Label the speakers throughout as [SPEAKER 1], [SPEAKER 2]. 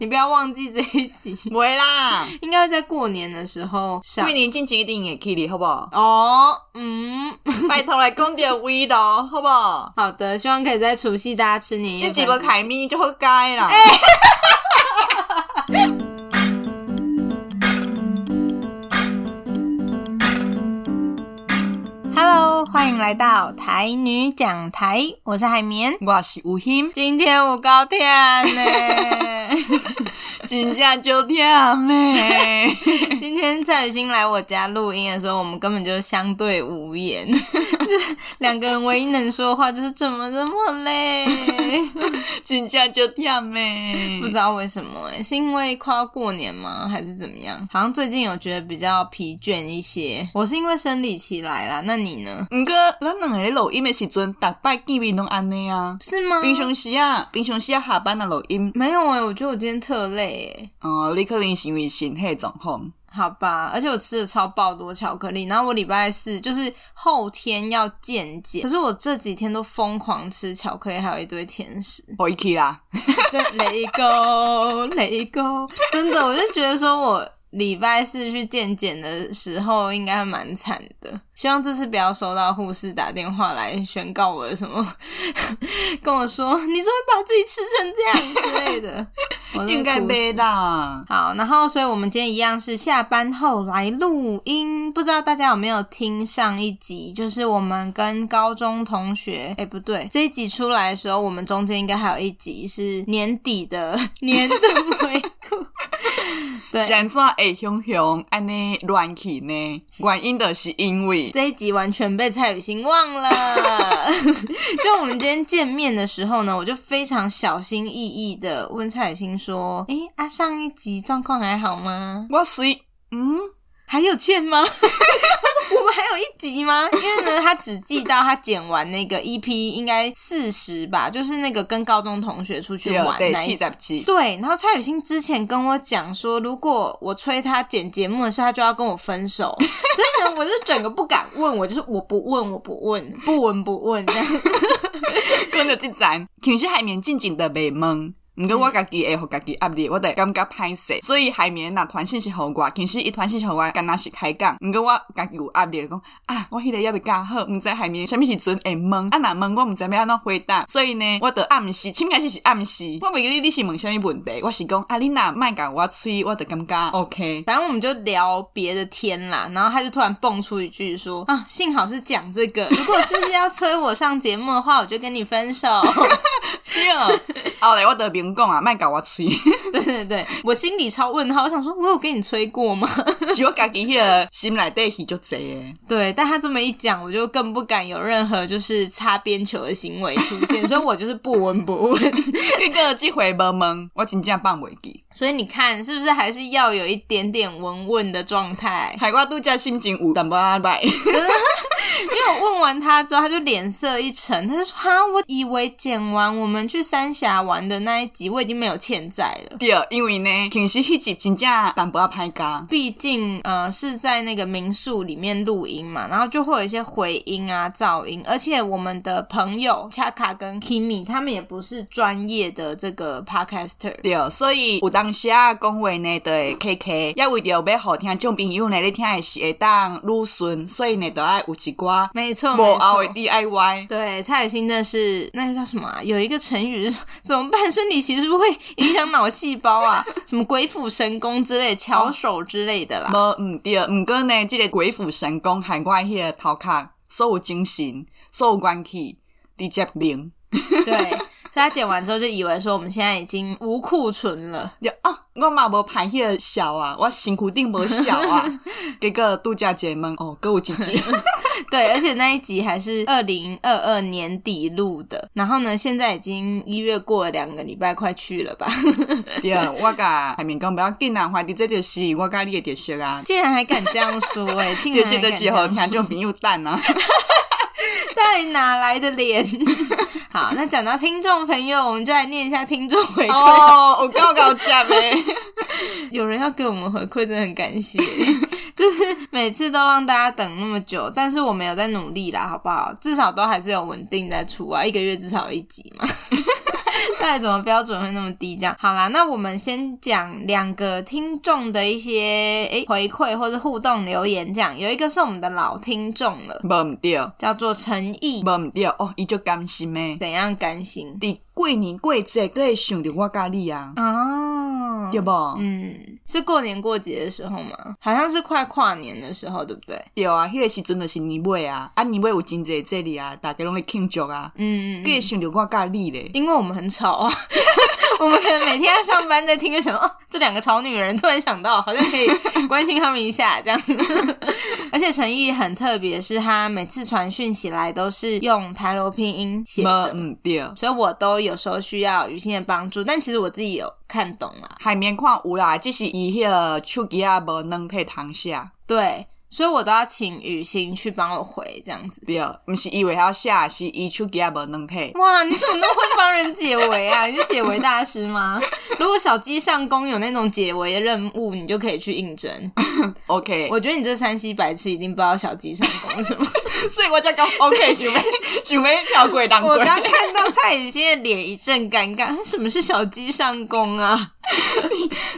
[SPEAKER 1] 你不要忘记这一集，
[SPEAKER 2] 没 啦，
[SPEAKER 1] 应该会在过年的时候上？
[SPEAKER 2] 为。你尽情一定也 Kitty 好不好
[SPEAKER 1] 哦，嗯，
[SPEAKER 2] 拜托来讲点味道好不好？
[SPEAKER 1] 好的，希望可以在除夕大家吃年夜
[SPEAKER 2] 这
[SPEAKER 1] 饭。
[SPEAKER 2] 几个凯咪就会改啦。
[SPEAKER 1] Hello，欢迎来到台女讲台，我是海绵。
[SPEAKER 2] 我是有心，
[SPEAKER 1] 今天我高天呢，
[SPEAKER 2] 真正就忝诶。
[SPEAKER 1] 今天蔡雨欣来我家录音的时候，我们根本就相对无言， 就是两个人唯一能说的话就是怎么这么累，
[SPEAKER 2] 真正就忝诶
[SPEAKER 1] 不知道为什么、欸，是因为快要过年吗，还是怎么样？好像最近有觉得比较疲倦一些。我是因为生理期来啦，那你呢？
[SPEAKER 2] 毋过咱两个咧录音诶时阵，逐摆见面拢安尼啊。
[SPEAKER 1] 是吗？
[SPEAKER 2] 平常时啊，平常时啊，下班啊录音，
[SPEAKER 1] 没有哎、我觉得我今天特累哎、
[SPEAKER 2] 哦，你可能是因为身体状况，
[SPEAKER 1] 好吧，而且我吃了超爆多巧克力，然后我礼拜四就是后天要健检，可是我这几天都疯狂吃巧克力，还有一堆甜食。
[SPEAKER 2] 回去啦。
[SPEAKER 1] 对，Let it go，Let it go，真的，我就觉得说我礼拜四去健检的时候应该会蛮惨的，希望这次不要收到护士打电话来宣告我有什么， 跟我说你怎么会把自己吃成这样之类的，我真的
[SPEAKER 2] 应该
[SPEAKER 1] 哭死
[SPEAKER 2] 袂啦。
[SPEAKER 1] 好，然后所以我们今天一样是下班后来录音，不知道大家有没有听上一集？就是我们跟高中同学，哎，不对，这一集出来的时候，我们中间应该还有一集是年底的 年度回顾。
[SPEAKER 2] 是
[SPEAKER 1] 对，
[SPEAKER 2] 安怎会熊熊安尼乱去呢？原因就是因为
[SPEAKER 1] 这一集完全被蔡雨欣忘了。 就我们今天见面的时候呢，我就非常小心翼翼的问蔡雨欣说：“哎，啊，上一集状况还好吗？”
[SPEAKER 2] 我随嗯，
[SPEAKER 1] 还有欠吗？他说我们还有一集吗？因为呢，他只记到他剪完那个 EP 应该四十吧，就是那个跟高中同学出去
[SPEAKER 2] 对
[SPEAKER 1] 玩
[SPEAKER 2] 对，
[SPEAKER 1] 那一
[SPEAKER 2] 四
[SPEAKER 1] 集
[SPEAKER 2] 十。集，
[SPEAKER 1] 对，然后蔡雨欣之前跟我讲说，如果我催他剪节目的时候，他就要跟我分手。所以呢，我就整个不敢问，我就是我不问，我不问，不闻不问这样。
[SPEAKER 2] 讲到即站，其实海绵静静的袂问。毋过我家己会互家己压力，我就感觉歹势。所以海绵若传信息互我，其实伊传信息互我，敢若是开讲。毋过我家己有压力，讲啊，我迄个也未教好，毋知海绵啥物时阵会问，啊若问我毋知要安怎回答。所以呢，我着暗示，应该是是暗示。我袂记你你是问啥物问题，我是讲啊，你若莫甲我催，我着感觉 OK。
[SPEAKER 1] 反正我们就聊别的天啦，然后他就突然蹦出一句说：“啊，幸好是讲这个，如果是不是要催我上节目的话，我就跟你分手。
[SPEAKER 2] 对，后来我得明讲啊，莫甲我催，”
[SPEAKER 1] 对对对，我心里超问号，我想说，我有跟你催过吗？
[SPEAKER 2] 是我家己迄个心内底是足济诶。
[SPEAKER 1] 对，但他这么一讲，我就更不敢有任何就是擦边球的行为出现，所以我就是不闻不问。
[SPEAKER 2] 结果即回无问，我真正放袂记，
[SPEAKER 1] 所以你看，是不是还是要有一点点闻问的状态？
[SPEAKER 2] 害我拄则心情有淡薄仔歹。
[SPEAKER 1] 因为我问完他之后，他就脸色一沉，他就说：“哈，我以为剪完我们去三峡玩的那一集，我已经没有欠债了。
[SPEAKER 2] 对，因为呢，其实迄集真正淡薄仔歹加，
[SPEAKER 1] 毕竟呃是在那个民宿里面录音嘛，然后就会有一些回音啊、噪音，而且我们的朋友恰卡跟 Kimi 他们也不是专业的这个 podcaster。”
[SPEAKER 2] 对，所以有当时啊讲话呢，就会 K K，也为着要互听众朋友呢，你听的是会当愈顺，所以呢，就爱有一寡
[SPEAKER 1] 没错，
[SPEAKER 2] 无
[SPEAKER 1] 没
[SPEAKER 2] 后的
[SPEAKER 1] 错。
[SPEAKER 2] D I Y。
[SPEAKER 1] 对，蔡雨欣真的是那个叫什么啊、有一个成语是怎么啊办？生理期是不是会影响脑细胞啊？什么鬼斧神工之类、巧手之类的啦。
[SPEAKER 2] 无毋对，毋过呢，即、个鬼斧神工害我迄个头壳，所有精神，所有元气，直接零。
[SPEAKER 1] 对，所以他剪完之后就以为说我们现在已经无库存了。
[SPEAKER 2] 就啊，我嘛无排迄个笑啊，我身躯顶无笑 啊。结果拄则一个问，哦，搁有一集，
[SPEAKER 1] 对，而且那一集还是二零二二年底录的，然后呢，现在已经一月过了两个礼拜，快去了吧？
[SPEAKER 2] 对，啊我甲海明讲不要紧啊，反正这就是我甲你的特色啊，
[SPEAKER 1] 竟然还敢这样说、哎，竟
[SPEAKER 2] 特
[SPEAKER 1] 然还敢
[SPEAKER 2] 色就是
[SPEAKER 1] 这
[SPEAKER 2] 互
[SPEAKER 1] 样
[SPEAKER 2] 听众朋友 等啊。
[SPEAKER 1] 到底哪来的脸？ 好，那讲到听众朋友，我们就来念一下听众回馈。
[SPEAKER 2] 哦，有够够食诶，
[SPEAKER 1] 有人要给我们回馈，真的很感谢。 就是每次都让大家等那么久，但是我们有在努力啦，好不好？至少都还是有稳定在出啊，一个月至少有一集嘛。 到底怎么标准会那么低？这样好啦，那我们先讲两个听众的一些诶、回馈或者互动留言，这样有一个是我们的老听众了，
[SPEAKER 2] 无毋对，无
[SPEAKER 1] 叫做陈毅，
[SPEAKER 2] 毋对，哦，伊就甘心诶。
[SPEAKER 1] 怎样甘心
[SPEAKER 2] 伫过年过节，佫会想着我甲你啊，
[SPEAKER 1] 哦
[SPEAKER 2] 对无？
[SPEAKER 1] 嗯，是过年过节的时候吗？好像是快跨年的时候，对不对？
[SPEAKER 2] 对啊，迄个时阵就是年尾啊，啊年尾有真侪节日啊，大家拢咧庆祝啊，
[SPEAKER 1] 嗯，嗯嗯
[SPEAKER 2] 计想着我甲你咧。
[SPEAKER 1] 因为我们很吵啊， 我们可能每天在上班在听，就想哦，这两个吵女人，突然想到好像可以关心他们一下这样。 而且陈毅很特别，是他每次传讯息来都是用台罗拼音写
[SPEAKER 2] 无
[SPEAKER 1] 的，
[SPEAKER 2] 毋对，
[SPEAKER 1] 所以我都有时候需要雨欣的帮助，但其实我自己有看懂啦。
[SPEAKER 2] 海绵看有啦，只是伊迄个手机啊无软体通写，
[SPEAKER 1] 对。所以我都要请雨欣去帮我回这样子。
[SPEAKER 2] 对，毋是伊为晓写，是伊手机啊无软体。
[SPEAKER 1] 哇，你怎么那么会帮人解围啊？ 你是解围大师吗？如果小鸡上弓有那种解围的任务，你就可以去应征。
[SPEAKER 2] OK，
[SPEAKER 1] 我觉得你这山西白痴一定不知道小鸡上弓 什么。
[SPEAKER 2] 所以 我才讲 OK，想要 想要跳过人
[SPEAKER 1] 我
[SPEAKER 2] 过。
[SPEAKER 1] 刚看到蔡雨欣的脸一阵尴尬，什么是小鸡上弓 啊？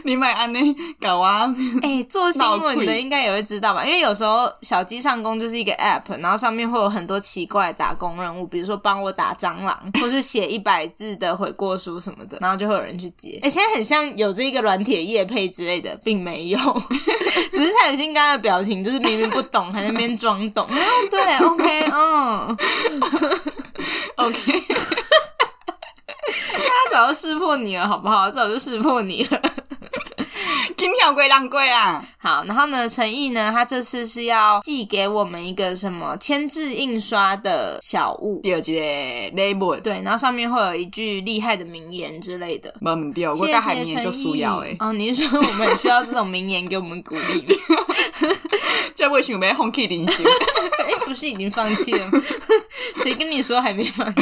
[SPEAKER 2] 你莫安尼搞 啊，
[SPEAKER 1] 哎、做新闻的应该也会知道吧？因为有时候小鸡上弓就是一个 app，然后上面会有很多奇怪的打工任务，比如说帮我打蟑 螂，或是写一百字的悔过书什么的，然后就会有人去接。哎、现在很像有这个软铁业配之类的，并没 有，只是蔡雨欣刚刚的表情就是明明不懂，还在那边装懂。 哦，对，OK，嗯。
[SPEAKER 2] OK，
[SPEAKER 1] 他早就识破你了，好不好？早就识破你了。
[SPEAKER 2] 紧跳过人过啊。
[SPEAKER 1] 好，然后呢，陈毅呢，他这次是要寄给我们一个什么签字印刷的小物，
[SPEAKER 2] 对一个礼物，
[SPEAKER 1] 对，然后上面会有一句厉害的名言之类的。
[SPEAKER 2] 无毋对，我
[SPEAKER 1] 谢谢
[SPEAKER 2] 甲海绵就欸需要诶
[SPEAKER 1] 陈毅。哦，你是说我们很需要这种名言给我们鼓励吗？
[SPEAKER 2] 这我想要放弃人 生。
[SPEAKER 1] 哎、不是已经放弃了吗？ 谁跟你说还没放弃？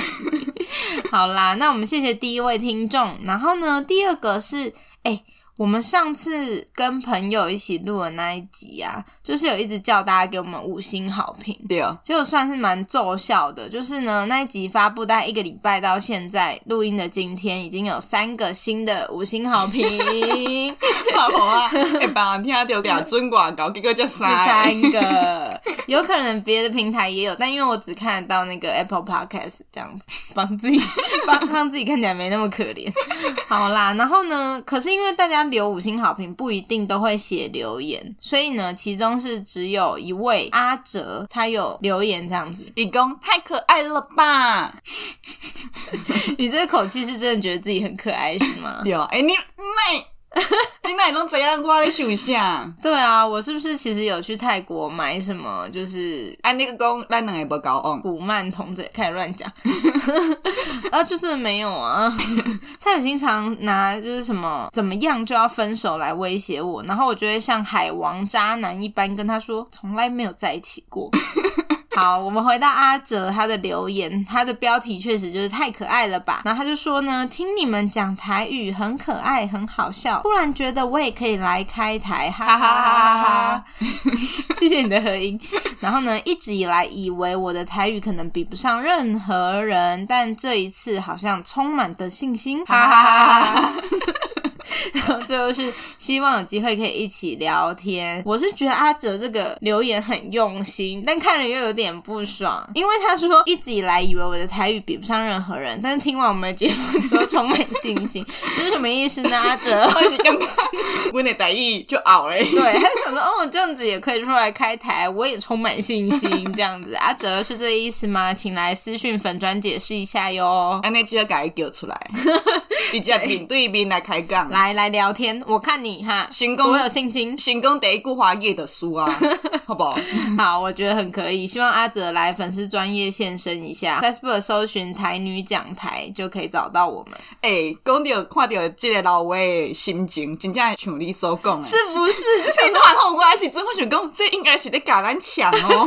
[SPEAKER 1] 好啦，那我们谢谢第一位听众。然后呢，第二个是，哎、我们上次跟朋友一起录的那一集啊，就是有一直叫大家给我们五星好评。
[SPEAKER 2] 对，
[SPEAKER 1] 就算是蛮奏效的，就是呢，那一集发布大概一个礼拜到现在录音的今天，已经有三个新的五星好评。
[SPEAKER 2] 老婆啊，会帮听着两尊广告，结果才
[SPEAKER 1] 第
[SPEAKER 2] 三个。
[SPEAKER 1] 三个，有可能别的平台也有，但因为我只看得到那个 Apple Podcast 这样子，帮自己帮让自己看起来没那么可怜。好啦，然后呢，可是因为大家留五星好评不一定都会写留言，所以呢，其中是只有一位阿哲他有留言这样子。
[SPEAKER 2] 伊讲太可爱了吧？
[SPEAKER 1] 你这个口气是真的觉得自己很可爱是吗？
[SPEAKER 2] 对，诶、你你你哪会拢知影我咧想啥？
[SPEAKER 1] 对啊，我是不是其实有去泰国买什么就是
[SPEAKER 2] 安尼讲，咱两个无交往。
[SPEAKER 1] 古曼童这开始乱讲，啊，就是没有啊。 蔡雨欣常拿就是什么怎么样就要分手来威胁我，然后我就会像海王渣男一般跟他说从来没有在一起过。好，我们回到阿哲他的留言，他的标题确实就是太可爱了吧。然后他就说呢，听你们讲台语很可爱，很好笑，突然觉得我也可以来开台，哈哈哈哈哈哈。 谢谢你的合音。然后呢，一直以来以为我的台语可能比不上任何人，但这一次好像充满的信心，哈
[SPEAKER 2] 哈
[SPEAKER 1] 哈
[SPEAKER 2] 哈
[SPEAKER 1] 哈哈哈
[SPEAKER 2] 哈
[SPEAKER 1] 哈。
[SPEAKER 2] 哈哈！
[SPEAKER 1] 然后最后是希望有机会可以一起聊天。我是觉得阿哲这个留言很用心，但看了又有点不爽，因为他说一直以来以为我的台语比不上任何人，但是听完我们的节目之后充满信心， 这是什么意思呢？阿哲？
[SPEAKER 2] 我是感觉阮的台语就拗咧。
[SPEAKER 1] 对，他就想说哦，这样子也可以出来开台，我也充满信心，这样子。阿哲是这个意思吗？请来私讯粉专解释一下哟。
[SPEAKER 2] 安尼只好甲伊叫出来，直接面对面来开讲。
[SPEAKER 1] 来来聊天，我看你哈，
[SPEAKER 2] 成功
[SPEAKER 1] 我有信心。
[SPEAKER 2] 成功第一句话语就输啊，好不好？
[SPEAKER 1] 好，我觉得很可以。希望阿哲来粉丝专业现身一下，Facebook 搜寻台女讲台就可以找到我们，
[SPEAKER 2] 诶、哎讲到看到即个老话的心情，真正像你所讲的。
[SPEAKER 1] 是不是？就是
[SPEAKER 2] 你看到我的时阵，我想讲，这应该是咧教咱强哦。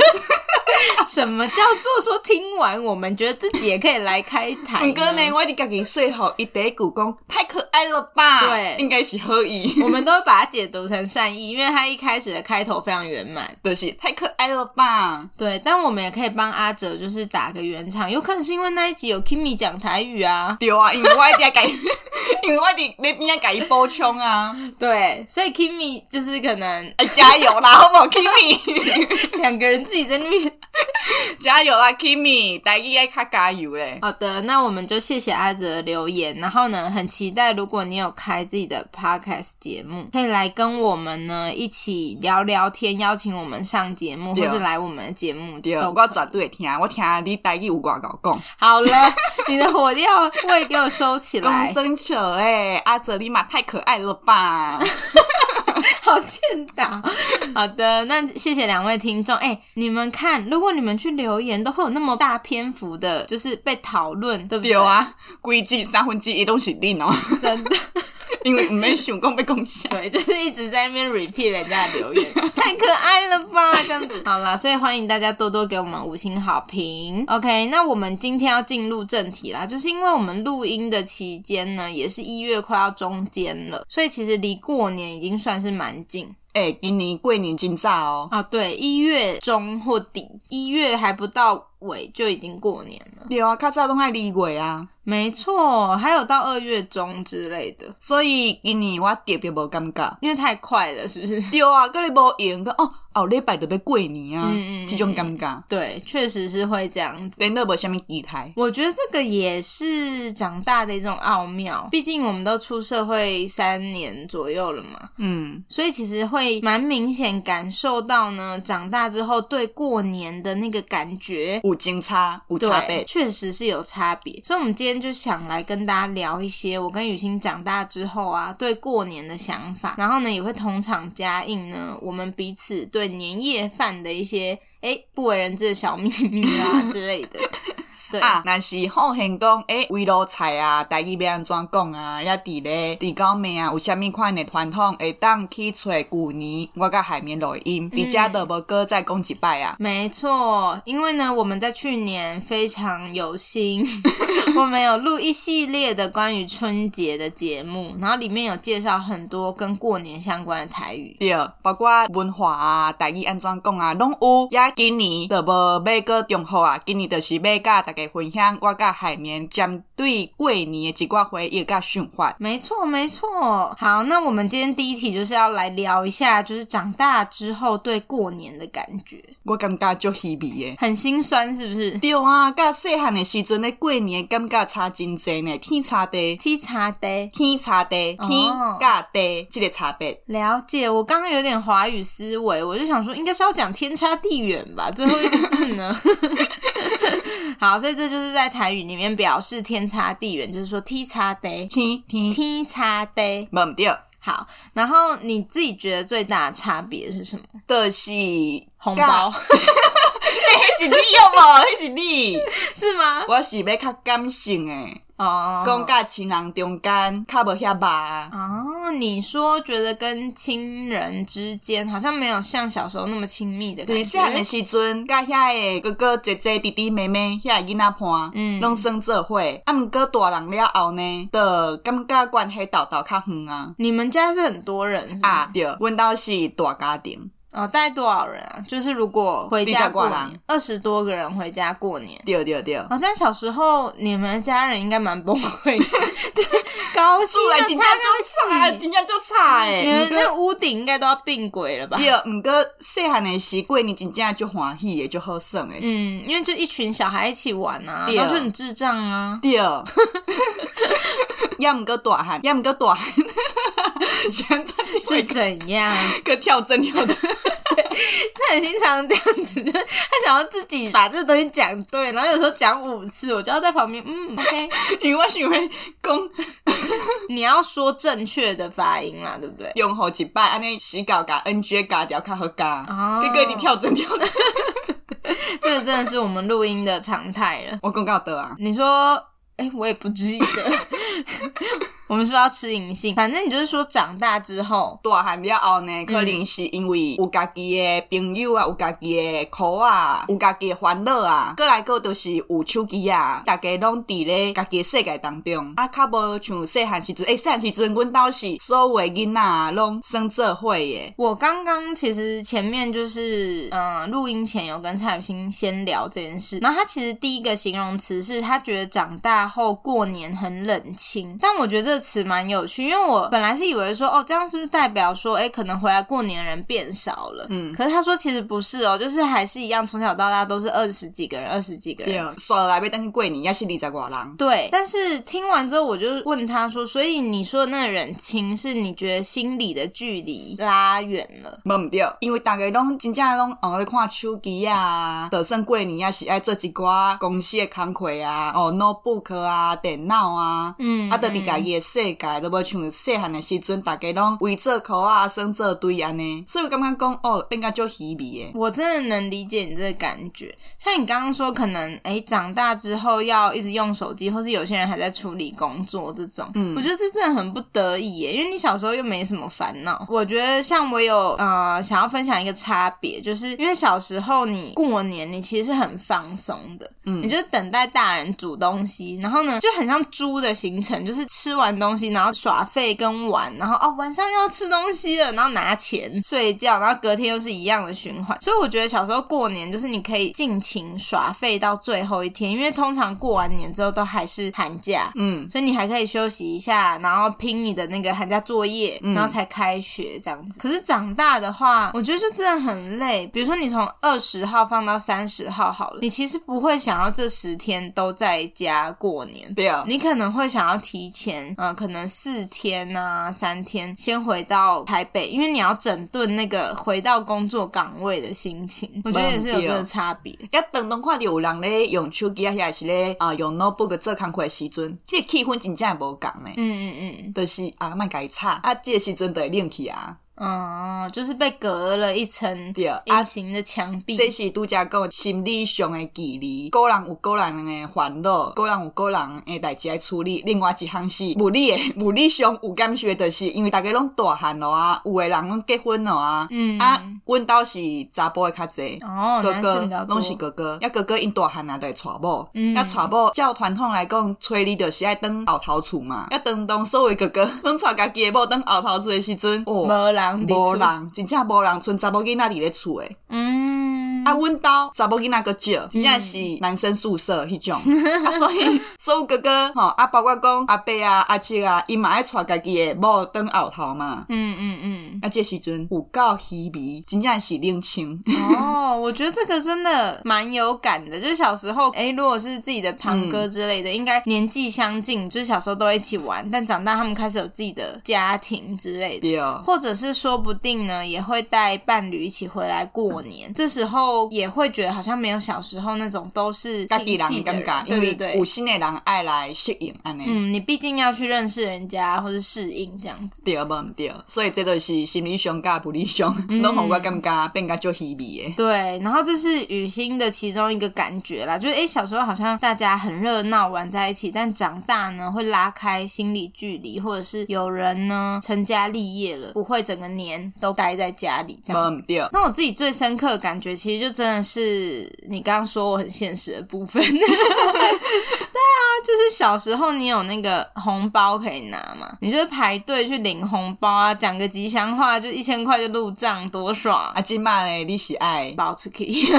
[SPEAKER 1] 什么 叫做说听完我们觉得自己也可以来开台？
[SPEAKER 2] 毋过呢，，我伫家己说吼，伊第一句讲太可爱了吧？
[SPEAKER 1] 对
[SPEAKER 2] 应该是 好意，
[SPEAKER 1] 我们都会把它解读成善意，因为它一开始的开头非常圆满。
[SPEAKER 2] 就是太可爱了吧？
[SPEAKER 1] 对，但我们也可以帮阿哲就是打个圆场，有可能是因为那一集有 Kimi 讲台语啊，
[SPEAKER 2] 对啊，因为我伫家己， 因为我伫那边家己补充啊，
[SPEAKER 1] 对，所以 Kimi 就是可 能
[SPEAKER 2] 啊加 油啦，好不好，Kimi？
[SPEAKER 1] 两个人自己在那边。
[SPEAKER 2] 加油啦，Kimi！大家爱较加油嘞。
[SPEAKER 1] 好的，那我们就谢谢阿哲的留言，然后呢，很期待如果你有开自己的 podcast 节目，可以来跟我们呢一起聊聊天，邀请我们上节目，
[SPEAKER 2] 对啊
[SPEAKER 1] 或是来我们的节目
[SPEAKER 2] 对，啊
[SPEAKER 1] 都
[SPEAKER 2] 我绝对会听，我听你台语有偌搞讲，
[SPEAKER 1] 好了，你的火药味给我收起
[SPEAKER 2] 讲
[SPEAKER 1] 来，
[SPEAKER 2] 生笑诶，阿哲你嘛太可爱了 吧？
[SPEAKER 1] 好欠打。好的，那谢谢两位听众。哎、你们看，如果你们去留言，都会有那么大篇幅的，就是被讨论，对不对？
[SPEAKER 2] 对，啊，规矩三分之一拢是恁哦，
[SPEAKER 1] 真的，
[SPEAKER 2] 因为毋免想讲要讲啥。
[SPEAKER 1] 对，就是一直在那边 repeat 人家的留言，太可爱了吧，这样子。好啦，所以欢迎大家多多给我们五星好评。OK，那我们今天要进入正题啦，就是因为我们录音的期间呢，也是一月快要中间了，所以其实离过年已经算是蛮近。
[SPEAKER 2] 诶、哎今年过年真早哦，
[SPEAKER 1] 啊，对，一月中或底，一月还不到尾就已经过年了。
[SPEAKER 2] 对啊，较早拢爱二月啊，
[SPEAKER 1] 没错，还有到二月中之类的，
[SPEAKER 2] 所以今年我特别无感觉。
[SPEAKER 1] 因为太快了，是不 是？
[SPEAKER 2] 对啊，个你无闲个哦，后礼拜就要过年啊，
[SPEAKER 1] 嗯嗯嗯
[SPEAKER 2] 这种感觉，
[SPEAKER 1] 对，确实是会这样子。
[SPEAKER 2] 真的无虾米期待。
[SPEAKER 1] 我觉得这个也是长大的一种奥妙，毕竟我们都出社会三年左右了嘛，
[SPEAKER 2] 嗯，
[SPEAKER 1] 所以其实会蛮明显感受到呢，长大之后对过年的那个感觉
[SPEAKER 2] 有警差，有差
[SPEAKER 1] 对，
[SPEAKER 2] 别。
[SPEAKER 1] 确实是有差别。所以，我们今天就想来跟大家聊一些我跟雨欣长大之后啊，对过年的想法，然后呢，也会同场加映呢，我们彼此对年夜饭的一些哎不为人知的小秘密啊之类的。对，
[SPEAKER 2] 啊，若是好现讲，诶、围炉菜啊，台语要安怎讲啊？抑伫咧伫到暝啊，有虾米款的传统会当去找旧年我甲海绵录音，伫
[SPEAKER 1] 嗯
[SPEAKER 2] 遮都无搁再讲一摆啊。
[SPEAKER 1] 没错，因为呢，我们在去年非常有心， 我们有录一系列的关于春节的节目，然后里面有介绍很多跟过年相关的台语。
[SPEAKER 2] 对，包括文化啊、台语安怎讲啊，拢有。也今年就无要搁重复啊，今年就是要甲大家分享我甲海绵针对过年的一寡回忆甲想法。
[SPEAKER 1] 没错，没错。好，那我们今天第一题就是要来聊一下，就是长大之后对过年的感觉，
[SPEAKER 2] 我感觉足稀微的。
[SPEAKER 1] 很心酸，是不是？
[SPEAKER 2] 对啊，甲细汉的时阵咧过年的感觉差真济呢，天差地。
[SPEAKER 1] 沏茶的
[SPEAKER 2] 天差地，
[SPEAKER 1] 哦
[SPEAKER 2] 天甲地，这个差别。
[SPEAKER 1] 了解，我刚刚有点华语思维，我就想说应该是要讲天差地远吧，最后一个字呢？好，所以这就是在台语里面表示天差地远，就是说天差地
[SPEAKER 2] 天天，
[SPEAKER 1] 天差地。
[SPEAKER 2] 无毋对，
[SPEAKER 1] 好，然后你自己觉得最大的差别是什么？
[SPEAKER 2] 就是
[SPEAKER 1] 红包
[SPEAKER 2] 迄是你有无？迄是你，
[SPEAKER 1] 是吗？
[SPEAKER 2] 我是要较感性诶，
[SPEAKER 1] 哦，
[SPEAKER 2] 讲甲情人中间较无遐麻。啊
[SPEAKER 1] 哦，你说觉得跟亲人之间好像没有像小时候那么亲密的感
[SPEAKER 2] 对，细汉的
[SPEAKER 1] 觉，
[SPEAKER 2] 时阵，甲遐个哥哥姐姐、弟弟妹妹遐个囡仔伴，
[SPEAKER 1] 嗯
[SPEAKER 2] 拢算做伙。啊，毋过大人了后呢，就感觉关系斗斗较远啊。
[SPEAKER 1] 你们家是很多人是吗？
[SPEAKER 2] 啊，对，阮兜是大家庭，
[SPEAKER 1] 哦，大概多少人啊？就是如果回
[SPEAKER 2] 比
[SPEAKER 1] 家
[SPEAKER 2] 较
[SPEAKER 1] 过
[SPEAKER 2] 挂
[SPEAKER 1] 年
[SPEAKER 2] 人，
[SPEAKER 1] 二十多个人回家过年。
[SPEAKER 2] 对对对。
[SPEAKER 1] 哦，但小时候你们的家人应该蛮崩溃 的，就是高兴
[SPEAKER 2] 住
[SPEAKER 1] 啊
[SPEAKER 2] 来真正就
[SPEAKER 1] 参加
[SPEAKER 2] 差，
[SPEAKER 1] 喜
[SPEAKER 2] 真正就差诶。
[SPEAKER 1] 你们
[SPEAKER 2] 不过
[SPEAKER 1] 那个屋顶应该都要并轨了吧？
[SPEAKER 2] 对，毋过细汉诶时过年真正就欢喜诶，就好耍诶。
[SPEAKER 1] 嗯，因为就一群小孩一起玩啊，
[SPEAKER 2] 对
[SPEAKER 1] 然后就很智障啊。
[SPEAKER 2] 对， 要毋过大汉，要毋过大汉， 想做即
[SPEAKER 1] 是
[SPEAKER 2] 回
[SPEAKER 1] 怎样？啊
[SPEAKER 2] 个跳针跳针，
[SPEAKER 1] 他很经常这样子，就是他想要自己把这个东西讲对，然后有时候讲五次，我就要在旁边，嗯，OK，
[SPEAKER 2] 因为我想要讲
[SPEAKER 1] 你要说正确的发音啦，对不对？
[SPEAKER 2] 用好一摆，安尼死搞甲 NG 的加掉较好加
[SPEAKER 1] 哦，
[SPEAKER 2] 结果你跳针跳针，
[SPEAKER 1] 这个真的是我们录音的常态了。
[SPEAKER 2] 我讲到倒啊，
[SPEAKER 1] 你说，哎、我也不知道，我们是不是要吃银杏？反正你就是说长大之后，
[SPEAKER 2] 大汉了后呢，可能是因为有家己的朋友啊，有家己的苦啊，有家己的烦恼啊，过来个就是有手机啊，大家拢伫咧家己的世界当中，啊，较无像细汉时阵，诶、细汉时阵阮兜是所有的囡仔啊拢生做伙的，
[SPEAKER 1] 我刚刚其实前面就是，嗯、录音前有跟蔡雨欣先聊这件事，然后他其实第一个形容词是他觉得长大后过年很冷清，但我觉得这个词蛮有趣，因为我本来是以为说，哦，这样是不是代表说，哎，可能回来过年的人变少了？嗯，可是他说其实不是哦，就是还是一样，从小到大都是二十几个人，二十几个人
[SPEAKER 2] 对，，啊刷落来要等去过年，也是二十外人。
[SPEAKER 1] 对，但是听完之后，我就问他说：“所以你说的那个冷清，是你觉得心里的距离拉远了？
[SPEAKER 2] 无毋对，因为逐个拢真正拢哦咧看手机啊，就算过年也是爱做一寡公司的工课啊，哦 notebook 啊、电脑啊，
[SPEAKER 1] 嗯
[SPEAKER 2] 啊，就伫家己的世界，都无像细汉的时阵，逐家拢围做箍啊、算做堆安尼，所以我感觉讲哦，变甲足稀微的。
[SPEAKER 1] 我真的能理解你这个感觉。像你刚刚说，可能诶长大之后要一直用手机，或是有些人还在处理工作这种，嗯，我觉得这真的很不得已耶，因为你小时候又没什么烦恼。我觉得像我有呃想要分享一个差别，就是因为小时候你过年你其实是很放松的，嗯，你就等待大人煮东西，然后呢就很像猪的行程，就是吃完东西然后耍废跟玩，然后哦晚上又要吃东西了，然后拿钱睡觉，然后隔天又是一样的循环。所以我觉得小时候过年就是你可以尽情耍废到最后一天，因为通常过完年之后都还是寒假，
[SPEAKER 2] 嗯，
[SPEAKER 1] 所以你还可以休息一下，然后拼你的那个寒假作业，然后才开学这样子。可是长大的话，我觉得就真的很累。比如说你从二十号放到三十号好了，你其实不会想要这十天都在家过年。
[SPEAKER 2] 对，
[SPEAKER 1] 你可能会想要提前，呃，可能四天啊、三天先回到台北，因为你要整顿那个回到工作岗位的心情。我觉得也是有这个差别。
[SPEAKER 2] 甲当当看着有人咧用手机啊，或者是咧啊用 notebook 做工课的时阵，迄、个气氛真正无共呢。
[SPEAKER 1] 嗯嗯嗯，
[SPEAKER 2] 就是啊，莫家己吵啊，即、个时阵就会冷去啊，
[SPEAKER 1] 哦、就是被隔了一层
[SPEAKER 2] 对啊
[SPEAKER 1] 隐形的墙壁。
[SPEAKER 2] 这是拄则讲心理上的距离，个人有个人的烦恼，个人有个人的代志来处理。另外一项是物理的，物理上有感受的，就是因为大家拢大汉咯啊，有的人拢结婚咯啊，
[SPEAKER 1] 嗯
[SPEAKER 2] 啊，阮兜是查甫的较济。
[SPEAKER 1] 哦，
[SPEAKER 2] 哥
[SPEAKER 1] 男性比较
[SPEAKER 2] 哥，
[SPEAKER 1] 多
[SPEAKER 2] 拢是哥哥，啊哥哥因大汉啊，就会娶某，
[SPEAKER 1] 嗯
[SPEAKER 2] 啊娶某，照传统来讲，催你就是爱当后头厝嘛，啊当当所有的哥哥，拢娶家己的某当后头厝的时阵，哦，
[SPEAKER 1] 无人，
[SPEAKER 2] 无，人，真正无人，剩查某囡仔伫咧厝诶。
[SPEAKER 1] 嗯，
[SPEAKER 2] 啊，阮兜查某囡仔个少，真正是男生宿舍迄种。啊，所 以所有哥哥吼，啊，包括讲阿伯啊、阿姐啊，伊嘛爱带家己诶某当后头嘛。
[SPEAKER 1] 嗯嗯
[SPEAKER 2] 啊，这时阵有够稀微，真正是冷 清。
[SPEAKER 1] 嗯，哦，我觉得这个真的蛮有感的，就是小时候，哎，如果是自己的
[SPEAKER 2] 嗯
[SPEAKER 1] 堂哥之类的，应该年纪相近，就是小时候都一起玩，但长大他们开始有自己的家庭之类的。
[SPEAKER 2] 对，
[SPEAKER 1] 或者是说不定呢，也会带伴侣一起回来过年，这时候也会觉得好像没有小时候那种都是
[SPEAKER 2] 家
[SPEAKER 1] 亲
[SPEAKER 2] 己
[SPEAKER 1] 戚
[SPEAKER 2] 人
[SPEAKER 1] 的
[SPEAKER 2] 感觉，
[SPEAKER 1] 对
[SPEAKER 2] 因
[SPEAKER 1] 对
[SPEAKER 2] 为
[SPEAKER 1] 对
[SPEAKER 2] 有，新诶人爱来适应安尼。
[SPEAKER 1] 嗯，你毕竟要去认识人家或是适应这样子。
[SPEAKER 2] 对无毋对，所以这著是心理上甲物理上，
[SPEAKER 1] 嗯
[SPEAKER 2] 拢互我感觉变甲足稀微诶。
[SPEAKER 1] 对，然后这是雨欣的其中一个感觉啦，就是诶，小时候好像大家很热闹玩在一起，但长大呢会拉开心理距离，或者是有人呢成家立业了，不会整个年都待在家里这样。
[SPEAKER 2] 无毋对，
[SPEAKER 1] 那我自己最深刻的感觉，其实就真的是你刚刚说我很现实的部分。 对啊，就是小时候你有那个红包可以拿嘛，你就会排队去领红包啊，讲个吉祥话就一千块就入账，多爽啊！
[SPEAKER 2] 啊，即满咧你是爱。
[SPEAKER 1] 包出去。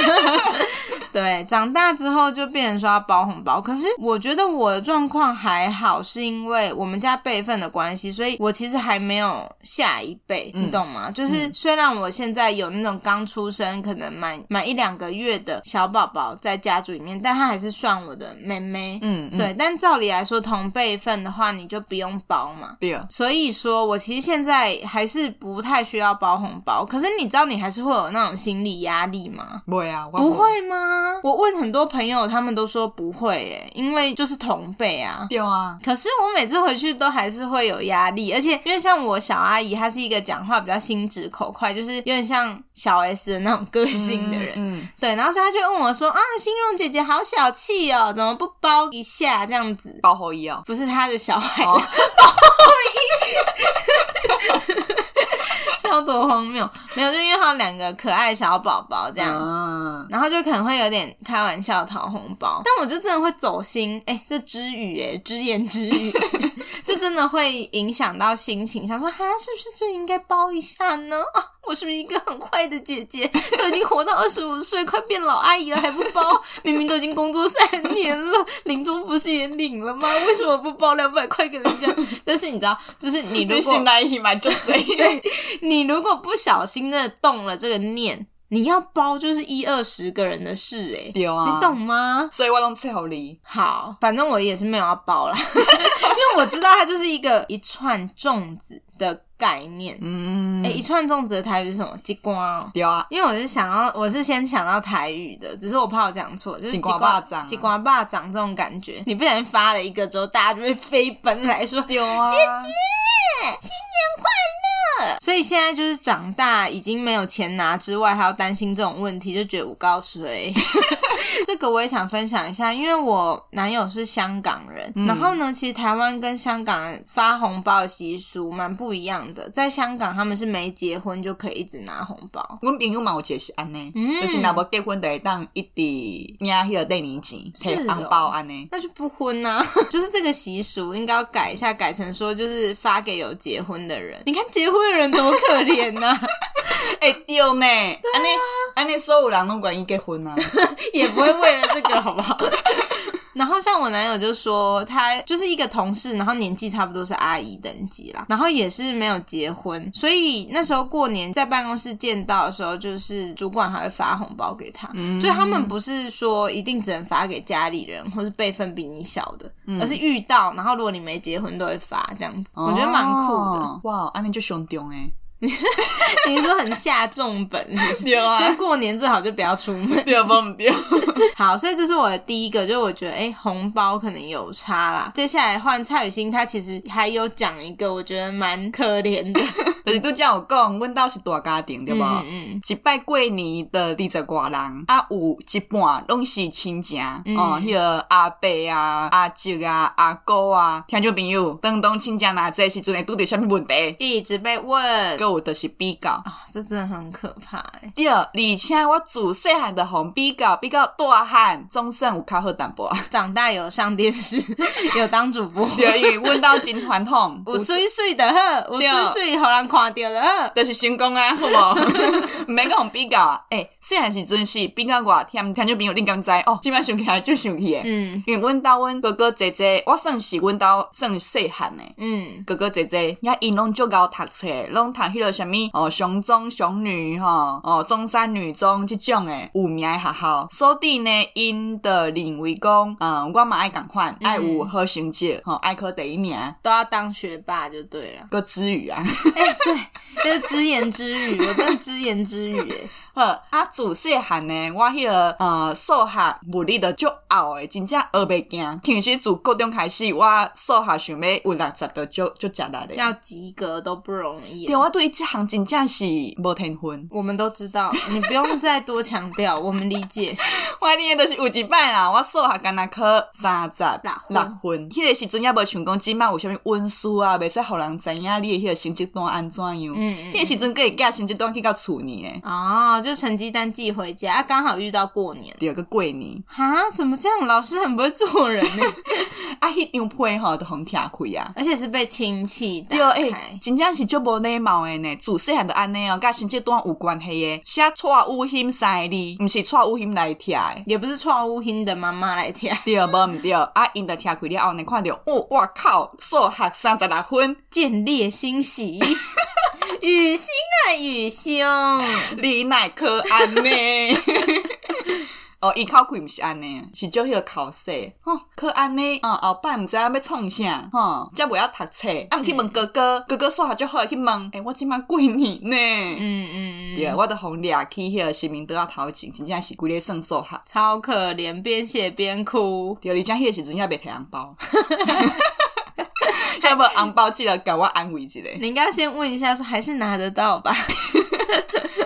[SPEAKER 1] 对，长大之后就变成说要包红包。可是我觉得我的状况还好，是因为我们家辈分的关系，所以我其实还没有下一辈，
[SPEAKER 2] 嗯
[SPEAKER 1] 你懂吗？就是虽然我现在有那种刚出生，可能满满一两个月的小宝宝在家族里面，但他还是算我的妹妹。
[SPEAKER 2] 嗯，嗯
[SPEAKER 1] 对，但照理来说，同辈分的话，你就不用包嘛。
[SPEAKER 2] 对。
[SPEAKER 1] 所以说我其实现在还是不太需要包红包，可是你知道你还是会有那种心理压力吗？
[SPEAKER 2] 袂啊，我
[SPEAKER 1] 不
[SPEAKER 2] 无
[SPEAKER 1] 会吗？
[SPEAKER 2] 吗？
[SPEAKER 1] 我问很多朋友，他们都说不会耶，因为就是同辈啊。
[SPEAKER 2] 对啊，
[SPEAKER 1] 可是我每次回去都还是会有压力，而且因为像我小阿姨，她是一个讲话比较心直口快，就是有点像小 S 的那种个性的人。
[SPEAKER 2] 嗯，嗯
[SPEAKER 1] 对，然后所以她就问我说：“啊，心荣姐姐好小气哦，怎么不包一下这样子
[SPEAKER 2] 保护一哦？”。
[SPEAKER 1] 不是她的小孩，
[SPEAKER 2] 哦，
[SPEAKER 1] 笑多荒谬！没有，就因为他有两个可爱小宝宝这样。
[SPEAKER 2] 嗯，
[SPEAKER 1] 然后就可能会有点开玩笑讨红包，但我就真的会走心，哎、这之语哎，只言之语，就真的会影响到心情，想说哈，是不是就应该包一下呢？啊，我是不是一个很坏的姐姐？都已经活到二十五岁，快变老阿姨了还不包，明明都已经工作三年了，临终不是也领了吗？为什么不包两百块给人家？但是你知道，就是你如
[SPEAKER 2] 你
[SPEAKER 1] 果
[SPEAKER 2] 心来一买就 这样。
[SPEAKER 1] 你如果不小心的动了这个念，你要包就是一二十个人的事哎、
[SPEAKER 2] 对啊，
[SPEAKER 1] 你懂。吗？
[SPEAKER 2] 所以我拢伺候你。
[SPEAKER 1] 好，反正我也是没有要包啦， 因为我知道它就是一个 一串粽子的概念。
[SPEAKER 2] 嗯
[SPEAKER 1] 哎、，一串粽子的台语是什么？鸡瓜哦。
[SPEAKER 2] 对啊，
[SPEAKER 1] 因为我是想要，我是先想到台语的，只是我怕我讲错，就是
[SPEAKER 2] 鸡
[SPEAKER 1] 鸡
[SPEAKER 2] 瓜
[SPEAKER 1] 瓜
[SPEAKER 2] 巴掌啊
[SPEAKER 1] 鸡瓜霸掌这种感觉。你不小心发了一个之后，大家就会飞奔来说
[SPEAKER 2] 对啊，姐姐。
[SPEAKER 1] 所以现在就是长大，已经没有钱拿之外，还要担心这种问题，就觉得我告水。 这个我也想分享一下，因为我男友是香港人，然后呢，其实台湾跟香港发红包的习俗蛮不一样的。在香港，他们是没结婚就可以一直拿红包，
[SPEAKER 2] 阮朋友嘛有一个是安尼，
[SPEAKER 1] 嗯
[SPEAKER 2] 就是若无结婚就会当一直领迄个年钱，摕
[SPEAKER 1] 是哦
[SPEAKER 2] 红包安尼。
[SPEAKER 1] 那就不婚呐、 就是这个习俗应该要改一下，改成说就是发给有结婚的人。你看结婚的人多可怜啊呐、
[SPEAKER 2] 哎、对啊呢，安尼安尼，所有人拢愿意结婚 啊。
[SPEAKER 1] 也不会为了这个，好不好？ 然后像我男友就说，他就是一个同事，然后年纪差不多是阿姨等级啦，然后也是没有结婚，所以那时候过年在办公室见到的时候，就是主管还会发红包给他，
[SPEAKER 2] 嗯
[SPEAKER 1] 所以他们不是说一定只能发给家里人或是辈分比你小的，
[SPEAKER 2] 嗯
[SPEAKER 1] 而是遇到，然后如果你没结婚都会发这样子，我觉得蛮酷的。
[SPEAKER 2] 哦。哇，安尼就上中诶。
[SPEAKER 1] 你说很下重本是不是？
[SPEAKER 2] 对啊
[SPEAKER 1] 所以过年最好就不要出门。
[SPEAKER 2] 对啊无毋对？
[SPEAKER 1] 好，所以这是我的第一个，就是我觉得，哎、红包可能有差啦。接下来换蔡雨欣，她其实还有讲一个，我觉得蛮可怜的。
[SPEAKER 2] 就是拄则有讲，阮兜是大家庭，对无？
[SPEAKER 1] 嗯嗯，
[SPEAKER 2] 一摆过年的二十外人，啊有一半拢是亲情，
[SPEAKER 1] 嗯
[SPEAKER 2] 哦，迄个阿伯啊、阿叔啊、阿姑啊，听众朋友，当当亲情若这时阵会拄着啥物问题？
[SPEAKER 1] 一直被问，
[SPEAKER 2] 个有就是比较。
[SPEAKER 1] 哦这真的很可怕、哎。
[SPEAKER 2] 对，而且我自细汉的红比较比较大汉，总算有较好淡 薄。
[SPEAKER 1] 长大有上电视， 有当主播，
[SPEAKER 2] 对，因为阮兜真传统
[SPEAKER 1] ，有水水的呵，有水水互人看到的呵。
[SPEAKER 2] 就是成功啊，好 无？毋免讲比较啊。诶、细汉时阵是比较偌忝，听就朋友恁敢知哦？即摆想起来就想起诶。
[SPEAKER 1] 嗯
[SPEAKER 2] 因为阮兜阮哥哥姐姐，我算是阮兜算细汉诶。
[SPEAKER 1] 嗯，
[SPEAKER 2] 哥哥姐姐，遐因拢足够读册，拢读迄个啥物哦，雄中、雄女吼，哦，中山女中即种诶有名诶学校。所以呢，因的认为讲，嗯，我嘛爱共款，爱有好成绩，吼、爱考第一名，
[SPEAKER 1] 都要当学霸就对了。
[SPEAKER 2] 个之语啊。
[SPEAKER 1] 哎、对，就是只言之语，我真的只言之语、哎。
[SPEAKER 2] 好，啊，自细汉呢，我迄、个呃数学、物理都足后诶，真正学袂惊。其实自高中开始，我数学想要有六十都足足食力
[SPEAKER 1] 要
[SPEAKER 2] 咧。
[SPEAKER 1] 及格都不容易。
[SPEAKER 2] 对，我对即项真正是无天分。
[SPEAKER 1] 我们都知道， 你不用再多强调， 我们理解。
[SPEAKER 2] 我念的就是有一摆啦，我数学敢若考三十
[SPEAKER 1] 六分
[SPEAKER 2] 分，迄个时阵也无想讲即摆有啥物温书啊，袂使互人知影你诶迄个成绩单安怎样。
[SPEAKER 1] 嗯
[SPEAKER 2] 迄个时阵个会寄成绩单去到厝呢诶，
[SPEAKER 1] 哦，就成绩单寄回家，啊，刚好遇到过年。
[SPEAKER 2] 着个过年。
[SPEAKER 1] 哈，怎么这样？老师很不会做人呢，
[SPEAKER 2] 啊，迄张批吼着互拆开啊。
[SPEAKER 1] 而且是被亲戚打
[SPEAKER 2] 对，哦哎诶、
[SPEAKER 1] 开。
[SPEAKER 2] 真正是足无礼貌诶呢。自细汉就安尼哦，甲成绩单有关系诶。写错有心三个字，毋是错有心来听诶。
[SPEAKER 1] 也不是错乌心的妈妈来听，
[SPEAKER 2] 对，无毋对，啊，因着听开了后呢，看着哦，我靠，数学三十六分，
[SPEAKER 1] 见猎欣喜， 雨欣啊雨兄，
[SPEAKER 2] 你奈可安呢？哦，伊口气毋是安尼，是照迄个口势。吼、可安尼，哦，后摆毋知影要创啥，吼、才袂晓读册。啊，毋去问哥哥，哥哥数学就好的去问。诶、我即满几年呢？
[SPEAKER 1] 嗯嗯嗯，
[SPEAKER 2] 对，我著互掠去迄个市民桌仔头前，真正是规个算数学。
[SPEAKER 1] 超可怜，边写边哭。
[SPEAKER 2] 对，而且迄个时阵也袂摕红包， 要无红包记得甲我安慰一下。
[SPEAKER 1] 你应该先问一下，说还是拿得到吧？